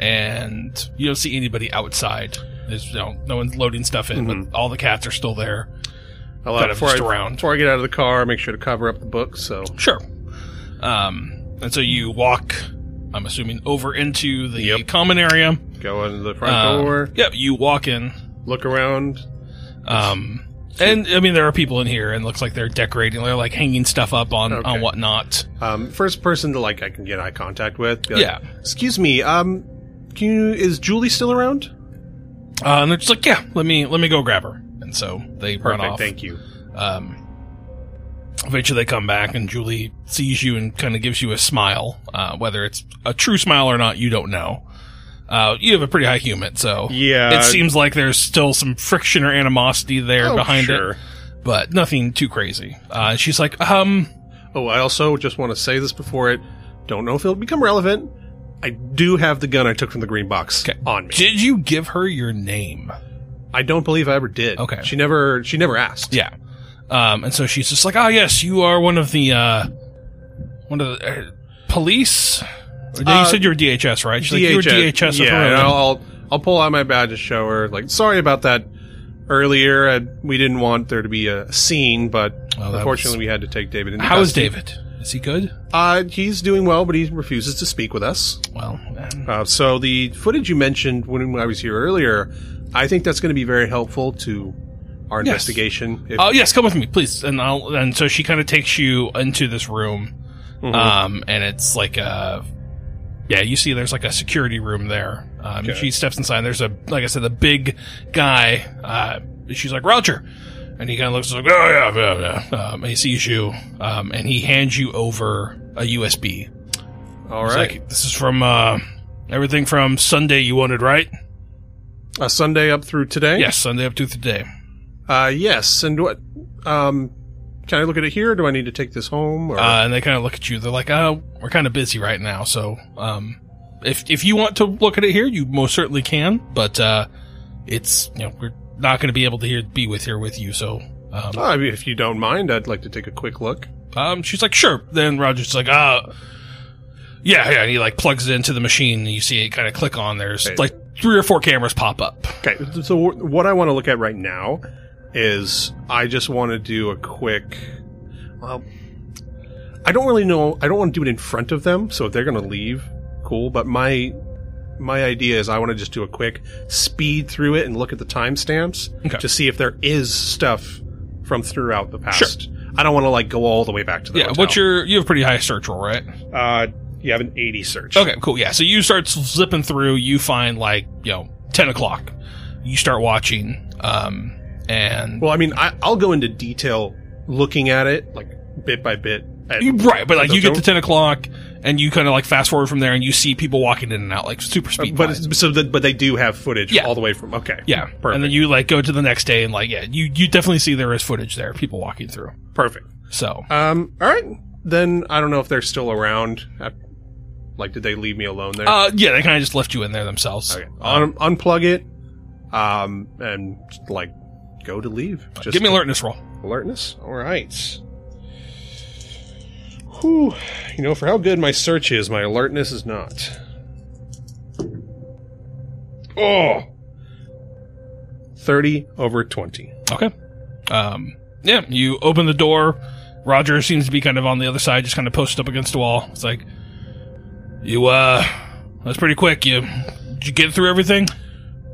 S1: and you don't see anybody outside. There's you know, no one's loading stuff in,
S3: Mm-hmm.
S1: but all the cats are still there.
S3: I'll
S1: Kind of
S3: before,
S1: just
S3: I,
S1: around.
S3: before I get out of the car, make sure to cover up the book. So
S1: Sure. Um, and so you walk, I'm assuming, over into the
S3: Yep.
S1: common area.
S3: go in the front
S1: Um,
S3: door,
S1: Yep, you walk in.
S3: look around.
S1: Um, and I mean, there are people in here, and it looks like they're decorating. They're like hanging stuff up on,
S3: Okay.
S1: on whatnot.
S3: Um, first person to like I can get eye contact with. be like,
S1: Yeah.
S3: Excuse me. Um, can you, is Julie still around?
S1: Uh, and they're just like, yeah, let me let me go grab her. And so they run
S3: Perfect.
S1: off.
S3: Thank you.
S1: Um, eventually, they come back, and Julie sees you and kind of gives you a smile. Uh, whether it's a true smile or not, you don't know. Uh, you have a pretty high humid, so
S3: Yeah.
S1: it seems like there's still some friction or animosity there
S3: Oh,
S1: behind
S3: sure.
S1: it, but nothing too crazy. Uh, she's like, um,
S3: Oh, I also just want to say this before it. Don't know if it'll become relevant. I do have the gun I took from the green box on me.
S1: did you give her your name?
S3: I don't believe I ever did.
S1: Okay.
S3: She never. She never asked.
S1: Yeah. Um, and so she's just like, ah, yes, you are one of the, uh, one of the uh, police. Or you
S3: Uh,
S1: said you were DHS, right? She's like, you were DHS. of
S3: yeah,
S1: Marin."
S3: and I'll, I'll I'll pull out my badge and show her. Like, sorry about that earlier. I, we didn't want there to be a scene, but
S1: Well, that
S3: unfortunately, we had to take David. Into
S1: How is
S3: custody.
S1: David? Is he good?
S3: Uh, he's doing well, but he refuses to speak with us.
S1: Well, um,
S3: Uh, so the footage you mentioned when I was here earlier, I think that's going to be very helpful to our
S1: Yes.
S3: investigation. If,
S1: oh yes, come with me, please. And I'll, and so she kind of takes you into this room,
S3: Mm-hmm.
S1: um, and it's like a, yeah, you see, there's like a security room there. Um,
S3: Okay.
S1: She steps inside. And there's a, like I said, the big guy. Uh, she's like Roger, and he kind of looks like, oh yeah, yeah, yeah. Um, and he sees you, um, and he hands you over a USB.
S3: all
S1: He's
S3: right.
S1: like, this is from uh, everything from Sunday you wanted, right?
S3: a Sunday up through today.
S1: Yes, Sunday up to today.
S3: Uh, yes. And what? Um, can I look at it here? Or do I need to take this home? Or?
S1: Uh, and they kind of look at you. They're like, "Uh, we're kind of busy right now, so um, if if you want to look at it here, you most certainly can. But uh, it's you know we're not going to be able to here be with here with you. So um,
S3: I mean, Uh, if you don't mind, I'd like to take a quick look.
S1: um, she's like, sure. Then Roger's like, ah, yeah, yeah. And he like plugs it into the machine. And you see it kind of click on. There's
S3: Hey.
S1: like three or four cameras pop up.
S3: Okay, so wh- what I want to look at right now is I just want to do a quick. Well, I don't really know. I don't want to do it in front of them. So if they're going to leave, cool. But my my idea is I want to just do a quick speed through it and look at the timestamps
S1: Okay.
S3: to see if there is stuff from throughout the past. I don't want to like go all the way back to the
S1: Yeah.
S3: hotel.
S1: What's your? You have a pretty high search roll, right?
S3: Uh, you have an eighty search.
S1: Okay, cool. Yeah. So you start zipping through. You find like you know ten o'clock. You start watching. Um, and
S3: Well, I mean, I, I'll go into detail looking at it like bit by bit. at-
S1: you right, but like you get
S3: Don't-
S1: to ten o'clock, and you kind of like fast forward from there, and you see people walking in and out like super speed.
S3: Uh, but
S1: wise.
S3: it's- so that but they do have footage
S1: Yeah.
S3: all the way from okay
S1: yeah,
S3: perfect
S1: and then you like go to the next day and like yeah, you you definitely see there is footage there, people walking through.
S3: perfect
S1: So
S3: um all right then i don't know if they're still around I- like did they leave me alone there
S1: uh, yeah, they kind of just left you in there themselves.
S3: okay Un- unplug it um and like go to leave just
S1: Give me alertness roll.
S3: alertness all right Whew. you know for how good my search is my alertness is not oh 30 over 20
S1: Okay. Um, yeah, you open the door. Roger seems to be kind of on the other side, just kind of posted up against the wall. It's like, you, uh, that's pretty quick. You, did you get through everything?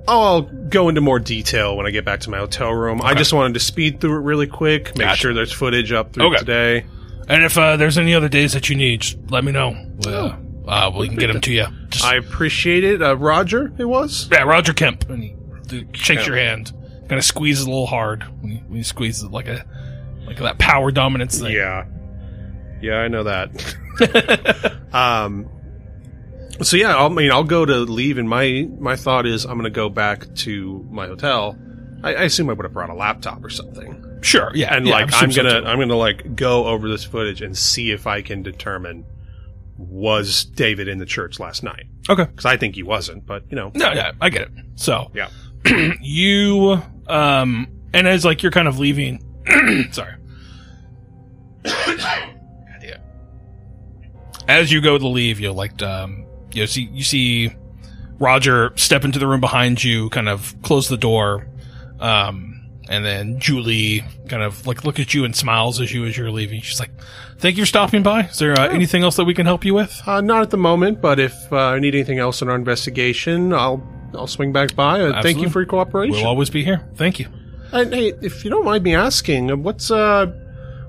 S3: Oh, I'll go into more detail when I get back to my hotel room. I just wanted to speed through it really quick, make
S1: Gotcha.
S3: sure there's footage up through
S1: Okay.
S3: today.
S1: And if, uh, there's any other days that you need, just let me know. Uh, uh, we can get them to you. Just,
S3: Oh. I appreciate it. Uh, Roger, it was?
S1: yeah, Roger Kemp. And he d- shakes your hand. Kind of squeezes a little hard. When you, when you squeeze it like a, like that power dominance thing.
S3: Yeah. Yeah, I know that. um, so yeah, I'll, I mean, I'll go to leave, and my, my thought is I'm going to go back to my hotel. I, I assume I would have brought a laptop or something.
S1: Sure. Yeah.
S3: and
S1: yeah,
S3: like
S1: assume
S3: I'm
S1: so,
S3: gonna
S1: too.
S3: I'm gonna like go over this footage and see if I can determine was David in the church last night?
S1: Okay.
S3: because I think he wasn't, but you know,
S1: No, yeah, I get it. So
S3: Yeah.
S1: you um, and as like you're kind of leaving. sorry. Idea. as you go to leave, you'll like um, you see you see Roger step into the room behind you, kind of close the door, um, and then Julie kind of like look at you and smiles as you as you're leaving. She's like, "Thank you for stopping by. Is there uh, anything else that we can help you with?"
S3: uh, not at the moment. But if uh, I need anything else in our investigation, I'll I'll swing back by. Uh, thank you
S1: Absolutely.
S3: for your cooperation.
S1: We'll always be here. Thank you.
S3: and hey, if you don't mind me asking, uh, what's uh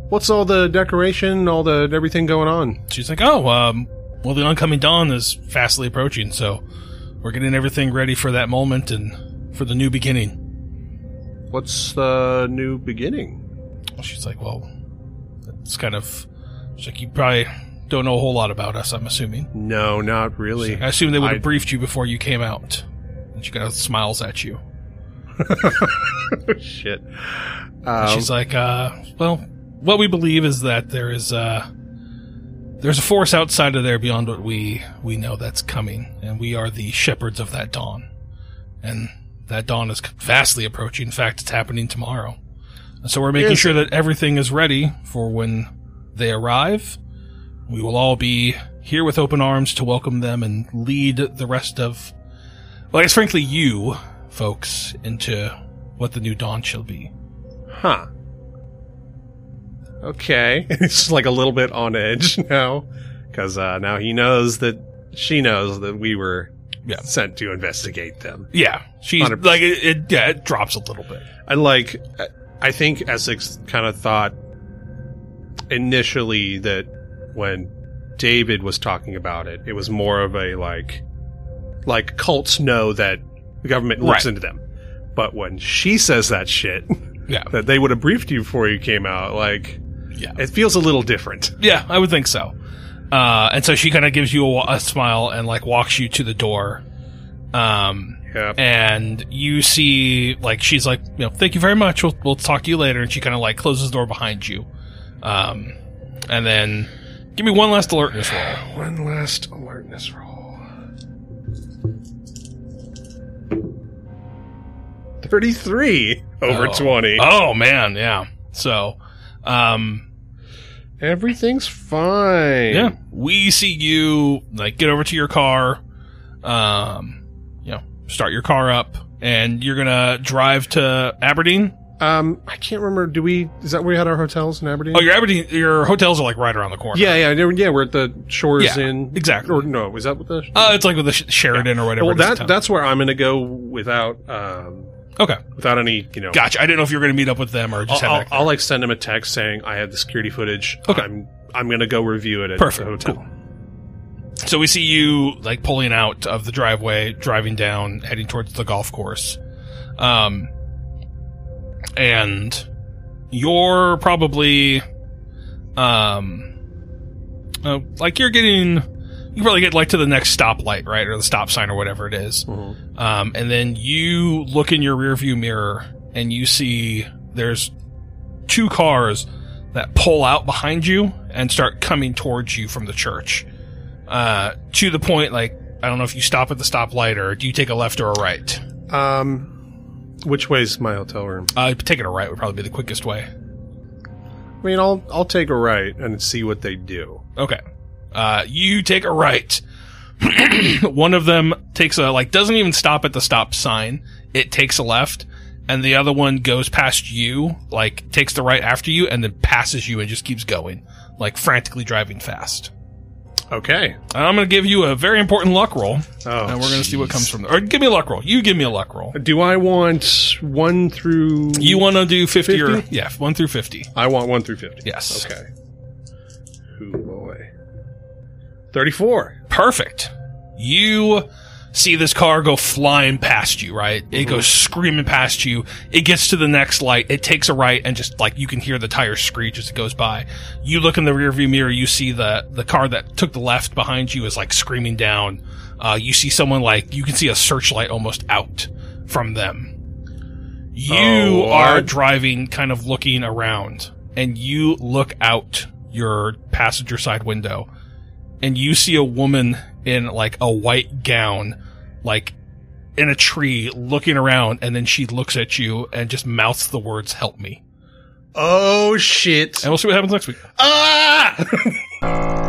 S3: what's all the decoration, all the everything going on?
S1: she's like, "Oh, um, well, the oncoming dawn is fastly approaching, so we're getting everything ready for that moment and for the new beginning."
S3: What's the new beginning?
S1: She's like, "Well, it's kind of." She's like, "You probably don't know a whole lot about us, I'm assuming.
S3: No, not really.
S1: I assume they would have
S3: I-
S1: briefed you before you came out." And she kind of smiles at you.
S3: Shit.
S1: And
S3: Um,
S1: she's like, uh, well, what we believe is that there is uh there's a force outside of there beyond what we we know that's coming, and we are the shepherds of that dawn. And that dawn is vastly approaching. In fact, it's happening tomorrow. And so we're making
S3: Yes.
S1: sure that everything is ready for when they arrive. We will all be here with open arms to welcome them and lead the rest of, well, I guess frankly, you folks into what the new dawn shall be.
S3: Huh. Okay. It's just like a little bit on edge now. Because uh, now he knows that she knows that we were
S1: Yeah.
S3: sent to investigate them.
S1: Yeah, she's
S3: 100%.
S1: like it, it. Yeah, it drops a little bit.
S3: I like, I- I think Essex kind of thought initially that when David was talking about it, it was more of a like, like cults know that the government looks
S1: Right.
S3: into them. But when she says that shit,
S1: Yeah,
S3: that they would have briefed you before you came out, like,
S1: Yeah.
S3: it feels a little different.
S1: yeah, I would think so. Uh, and so she kind of gives you a, wa- a smile and like walks you to the door. Um,
S3: Yeah.
S1: and you see like she's like, you know, thank you very much. We'll we'll talk to you later. And she kind of like closes the door behind you. Um, and then give me one last alertness roll.
S3: One last alertness roll. The 33 over 20.
S1: Oh man, yeah. So, um,
S3: Everything's fine.
S1: yeah, we see you like get over to your car, um, you know, start your car up, and you're gonna drive to Aberdeen.
S3: Um, I can't remember. Do we? Is that where we had our hotels in Aberdeen?
S1: Oh, your Aberdeen, your hotels are like right around the corner.
S3: yeah, yeah, yeah, yeah. We're at the Shores
S1: Yeah,
S3: Inn.
S1: exactly.
S3: Or no, was that what the?
S1: Uh, it's like with the Sh- Sheridan or whatever.
S3: well,
S1: it is in
S3: that
S1: town.
S3: that's where I'm going to go without um
S1: okay.
S3: without any you know.
S1: Gotcha. I didn't know if you were going to meet up with them or just have
S3: I'll, I'll,
S1: that.
S3: I'll, like send him a text saying I have the security footage.
S1: Okay.
S3: I'm I'm going to go review it at
S1: Perfect.
S3: the hotel.
S1: So we see you like pulling out of the driveway, driving down, heading towards the golf course. Um, and you're probably, um, uh, like you're getting, you probably get like to the next stoplight, right? Or the stop sign or whatever it is. Um, and then you look in your rearview mirror and you see there's two cars that pull out behind you and start coming towards you from the church uh, to the point like I don't know if you stop at the stoplight or do you take a left or a right.
S3: Um, which way's my hotel room?
S1: Uh, taking a right would probably be the quickest way.
S3: I mean, I'll I'll take a right and see what they do.
S1: Okay, uh, you take a right. One of them takes a like doesn't even stop at the stop sign. It takes a left, and the other one goes past you, like takes the right after you, and then passes you and just keeps going, like frantically driving fast.
S3: Okay.
S1: And I'm gonna give you a very important luck roll,
S3: Oh,
S1: and we're gonna see what comes from there. Or give me a luck roll. You give me a luck roll.
S3: Do I want one through?
S1: You want to do 50, or
S3: 50?
S1: yeah, one through fifty.
S3: I want one through fifty.
S1: Yes.
S3: Okay. Oh boy. Thirty-four.
S1: Perfect. You see this car go flying past you, right? It
S3: Mm-hmm.
S1: goes screaming past you. It gets to the next light. It takes a right and just like you can hear the tires screech as it goes by. You look in the rearview mirror. You see the, the car that took the left behind you is like screaming down. Uh, you see someone like, you can see a searchlight almost out from them. You
S3: Oh,
S1: are
S3: what?
S1: driving, kind of looking around, and you look out your passenger side window and you see a woman in like a white gown, like in a tree looking around, and then she looks at you and just mouths the words, help me.
S3: Oh shit.
S1: And we'll see what happens next week.
S3: Ah!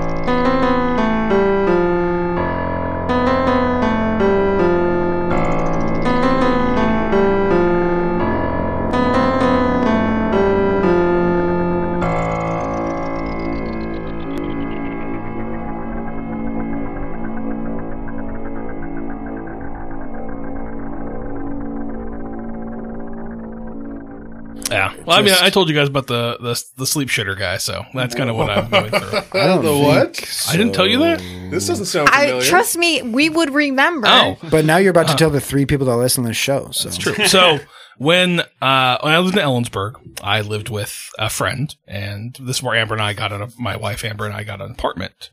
S1: Yeah. Well, I mean, I told you guys about the, the, the sleep shitter guy, so that's kind of what I'm going through.
S5: I don't
S8: the
S5: think
S8: what?
S5: so.
S1: I didn't tell you that?
S8: This doesn't sound
S2: I
S8: familiar.
S2: trust me, we would remember.
S1: Oh.
S5: But now you're about to tell the three people that listen to the show. So that's
S1: True. So when uh, when I lived in Ellensburg, I lived with a friend, and this is where Amber and I got an my wife Amber and I got an apartment,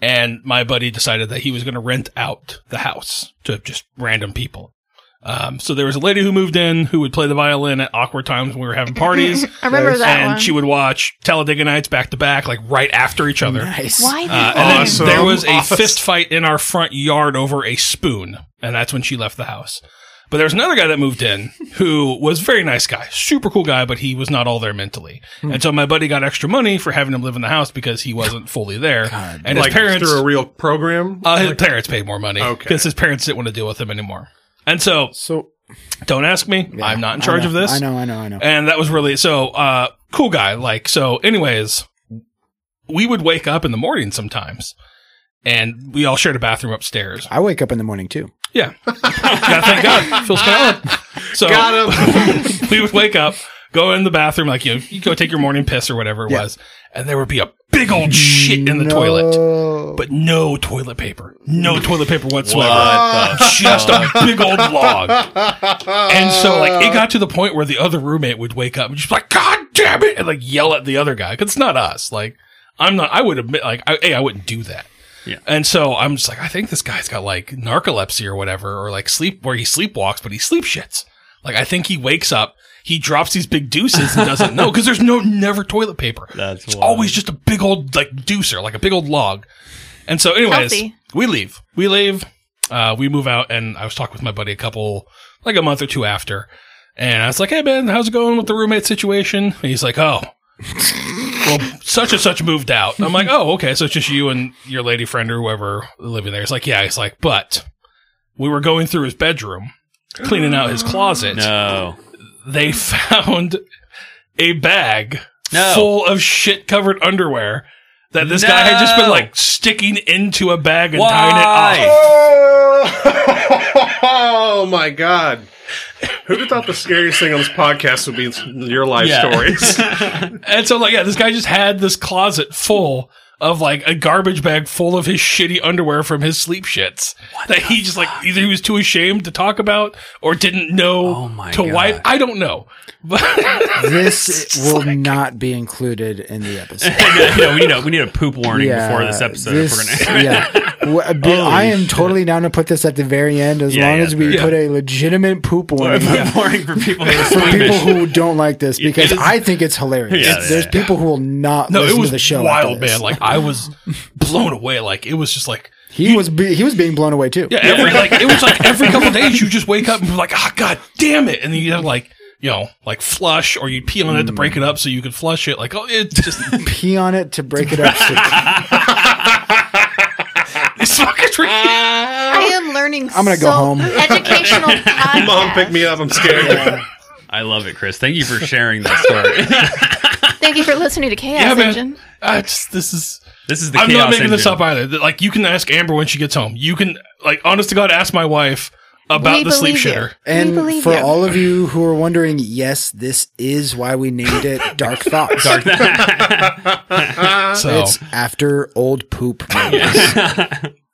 S1: and my buddy decided that he was going to rent out the house to just random people. Um, so there was a lady who moved in who would play the violin at awkward times when we were having parties,
S2: I remember that
S1: and
S2: one.
S1: she would watch Talladega Nights back to back, like right after each other.
S5: Nice.
S2: Why?
S1: Uh,
S2: did
S1: and
S3: Awesome.
S1: then there was a
S3: Awesome.
S1: fist fight in our front yard over a spoon, and that's when she left the house. But there was another guy that moved in who was a very nice guy, super cool guy, but he was not all there mentally.
S3: Hmm.
S1: And so my buddy got extra money for having him live in the house because he wasn't fully there. and his
S3: like
S1: parents,
S3: through a real program.
S1: uh, his parents paid more money
S3: Okay.
S1: because his parents didn't want to deal with him anymore. And so,
S5: So
S1: don't ask me. I'm not in charge
S5: I
S1: of
S5: know,
S1: this
S5: I know, I know, I know.
S1: and that was really so uh cool guy like so anyways we would wake up in the morning sometimes and we all shared a bathroom upstairs
S5: I wake up in the morning too.
S1: yeah God, thank god feels kind of odd. so
S3: Got
S1: we would wake up go in the bathroom like you know, you go take your morning piss or whatever it
S5: Yeah.
S1: was and there would be a big old shit in the toilet
S5: Oh.
S1: but no toilet paper no toilet paper whatsoever
S4: What the
S1: just a big old log. And so, like, it got to the point where the other roommate would wake up and just be like, God damn it, and like yell at the other guy. Cause it's not us. Like, I'm not, I would admit, like, I, A, I wouldn't do that.
S4: Yeah.
S1: And so I'm just like, I think this guy's got like narcolepsy or whatever, or like sleep, where he sleepwalks, but he sleep shits. Like, I think he wakes up, he drops these big deuces and doesn't know because there's no, never toilet paper.
S4: That's
S1: it's
S4: wild.
S1: always just a big old, like, deucer, like a big old log. And so, anyways,
S2: Healthy.
S1: we leave. We leave. Uh, we move out, and I was talking with my buddy a couple, like a month or two after, And I was like, hey, man, how's it going with the roommate situation? And he's like, oh, well, such and such moved out. I'm like, oh, okay. So it's just you and your lady friend or whoever living there. It's like, yeah. It's like, but we were going through his bedroom, cleaning out his closet.
S4: No.
S1: They found a bag
S4: No.
S1: full of shit covered underwear that this guy had just been
S4: No.
S1: like sticking into a bag and tying it up.
S4: Why?
S3: Oh, my god. Who'd have thought the scariest thing on this podcast would be your life
S4: Yeah.
S3: stories?
S1: And so, like, yeah, this guy just had this closet full of like a garbage bag full of his shitty underwear from his sleep shits that he just like either he was too ashamed to talk about or didn't know
S4: Oh my
S1: to
S4: God.
S1: wipe. I don't know, but
S5: This will not be included in the episode.
S4: you know, we need a we need a poop warning before this episode. if
S5: this-
S4: we're gonna.
S5: yeah. Wha- but I am totally down to put this at the very end as
S4: Yeah,
S5: long
S4: yeah,
S5: as we
S4: yeah.
S5: put a legitimate poop warning
S4: Poop warning for people who
S5: for
S4: are
S5: people who don't like this because
S4: is-
S5: I think it's hilarious.
S4: Yeah, yeah,
S5: There's
S4: yeah.
S5: people who will not
S1: no,
S5: listen
S1: it was
S5: to the show. after
S1: wild,
S5: this.
S1: man. Like, I was blown away. Like, it was just like.
S5: he was be- he was being blown away too.
S1: Yeah, every like it was like every couple days you just wake up and be like, ah, god damn it, and then you have like you know like flush or you pee on it to break it up so you could flush it. Like oh, it's just
S5: Pee on it to break it up.
S1: it's fucking tricky.
S2: I am learning.
S5: I'm gonna go
S2: so-
S5: home.
S2: Educational podcast.
S3: Mom, pick me up. I'm scared.
S4: I love it, Chris. Thank you for sharing that story.
S2: Thank you for listening to
S1: Yeah,
S2: Chaos
S1: man.
S2: Engine.
S1: I just, this is
S4: this is the
S1: I'm
S4: chaos
S1: not making
S4: engine.
S1: this up either. Th- Like you can ask Amber when she gets home. You can like honest to god ask my wife about
S2: We
S1: the sleep
S2: believe you.
S1: shitter.
S5: And
S2: believe
S5: for
S2: you.
S5: all of you who are wondering, yes, this is why we named it Dark Thoughts.
S1: So
S2: Uh,
S5: It's after old poop. movies.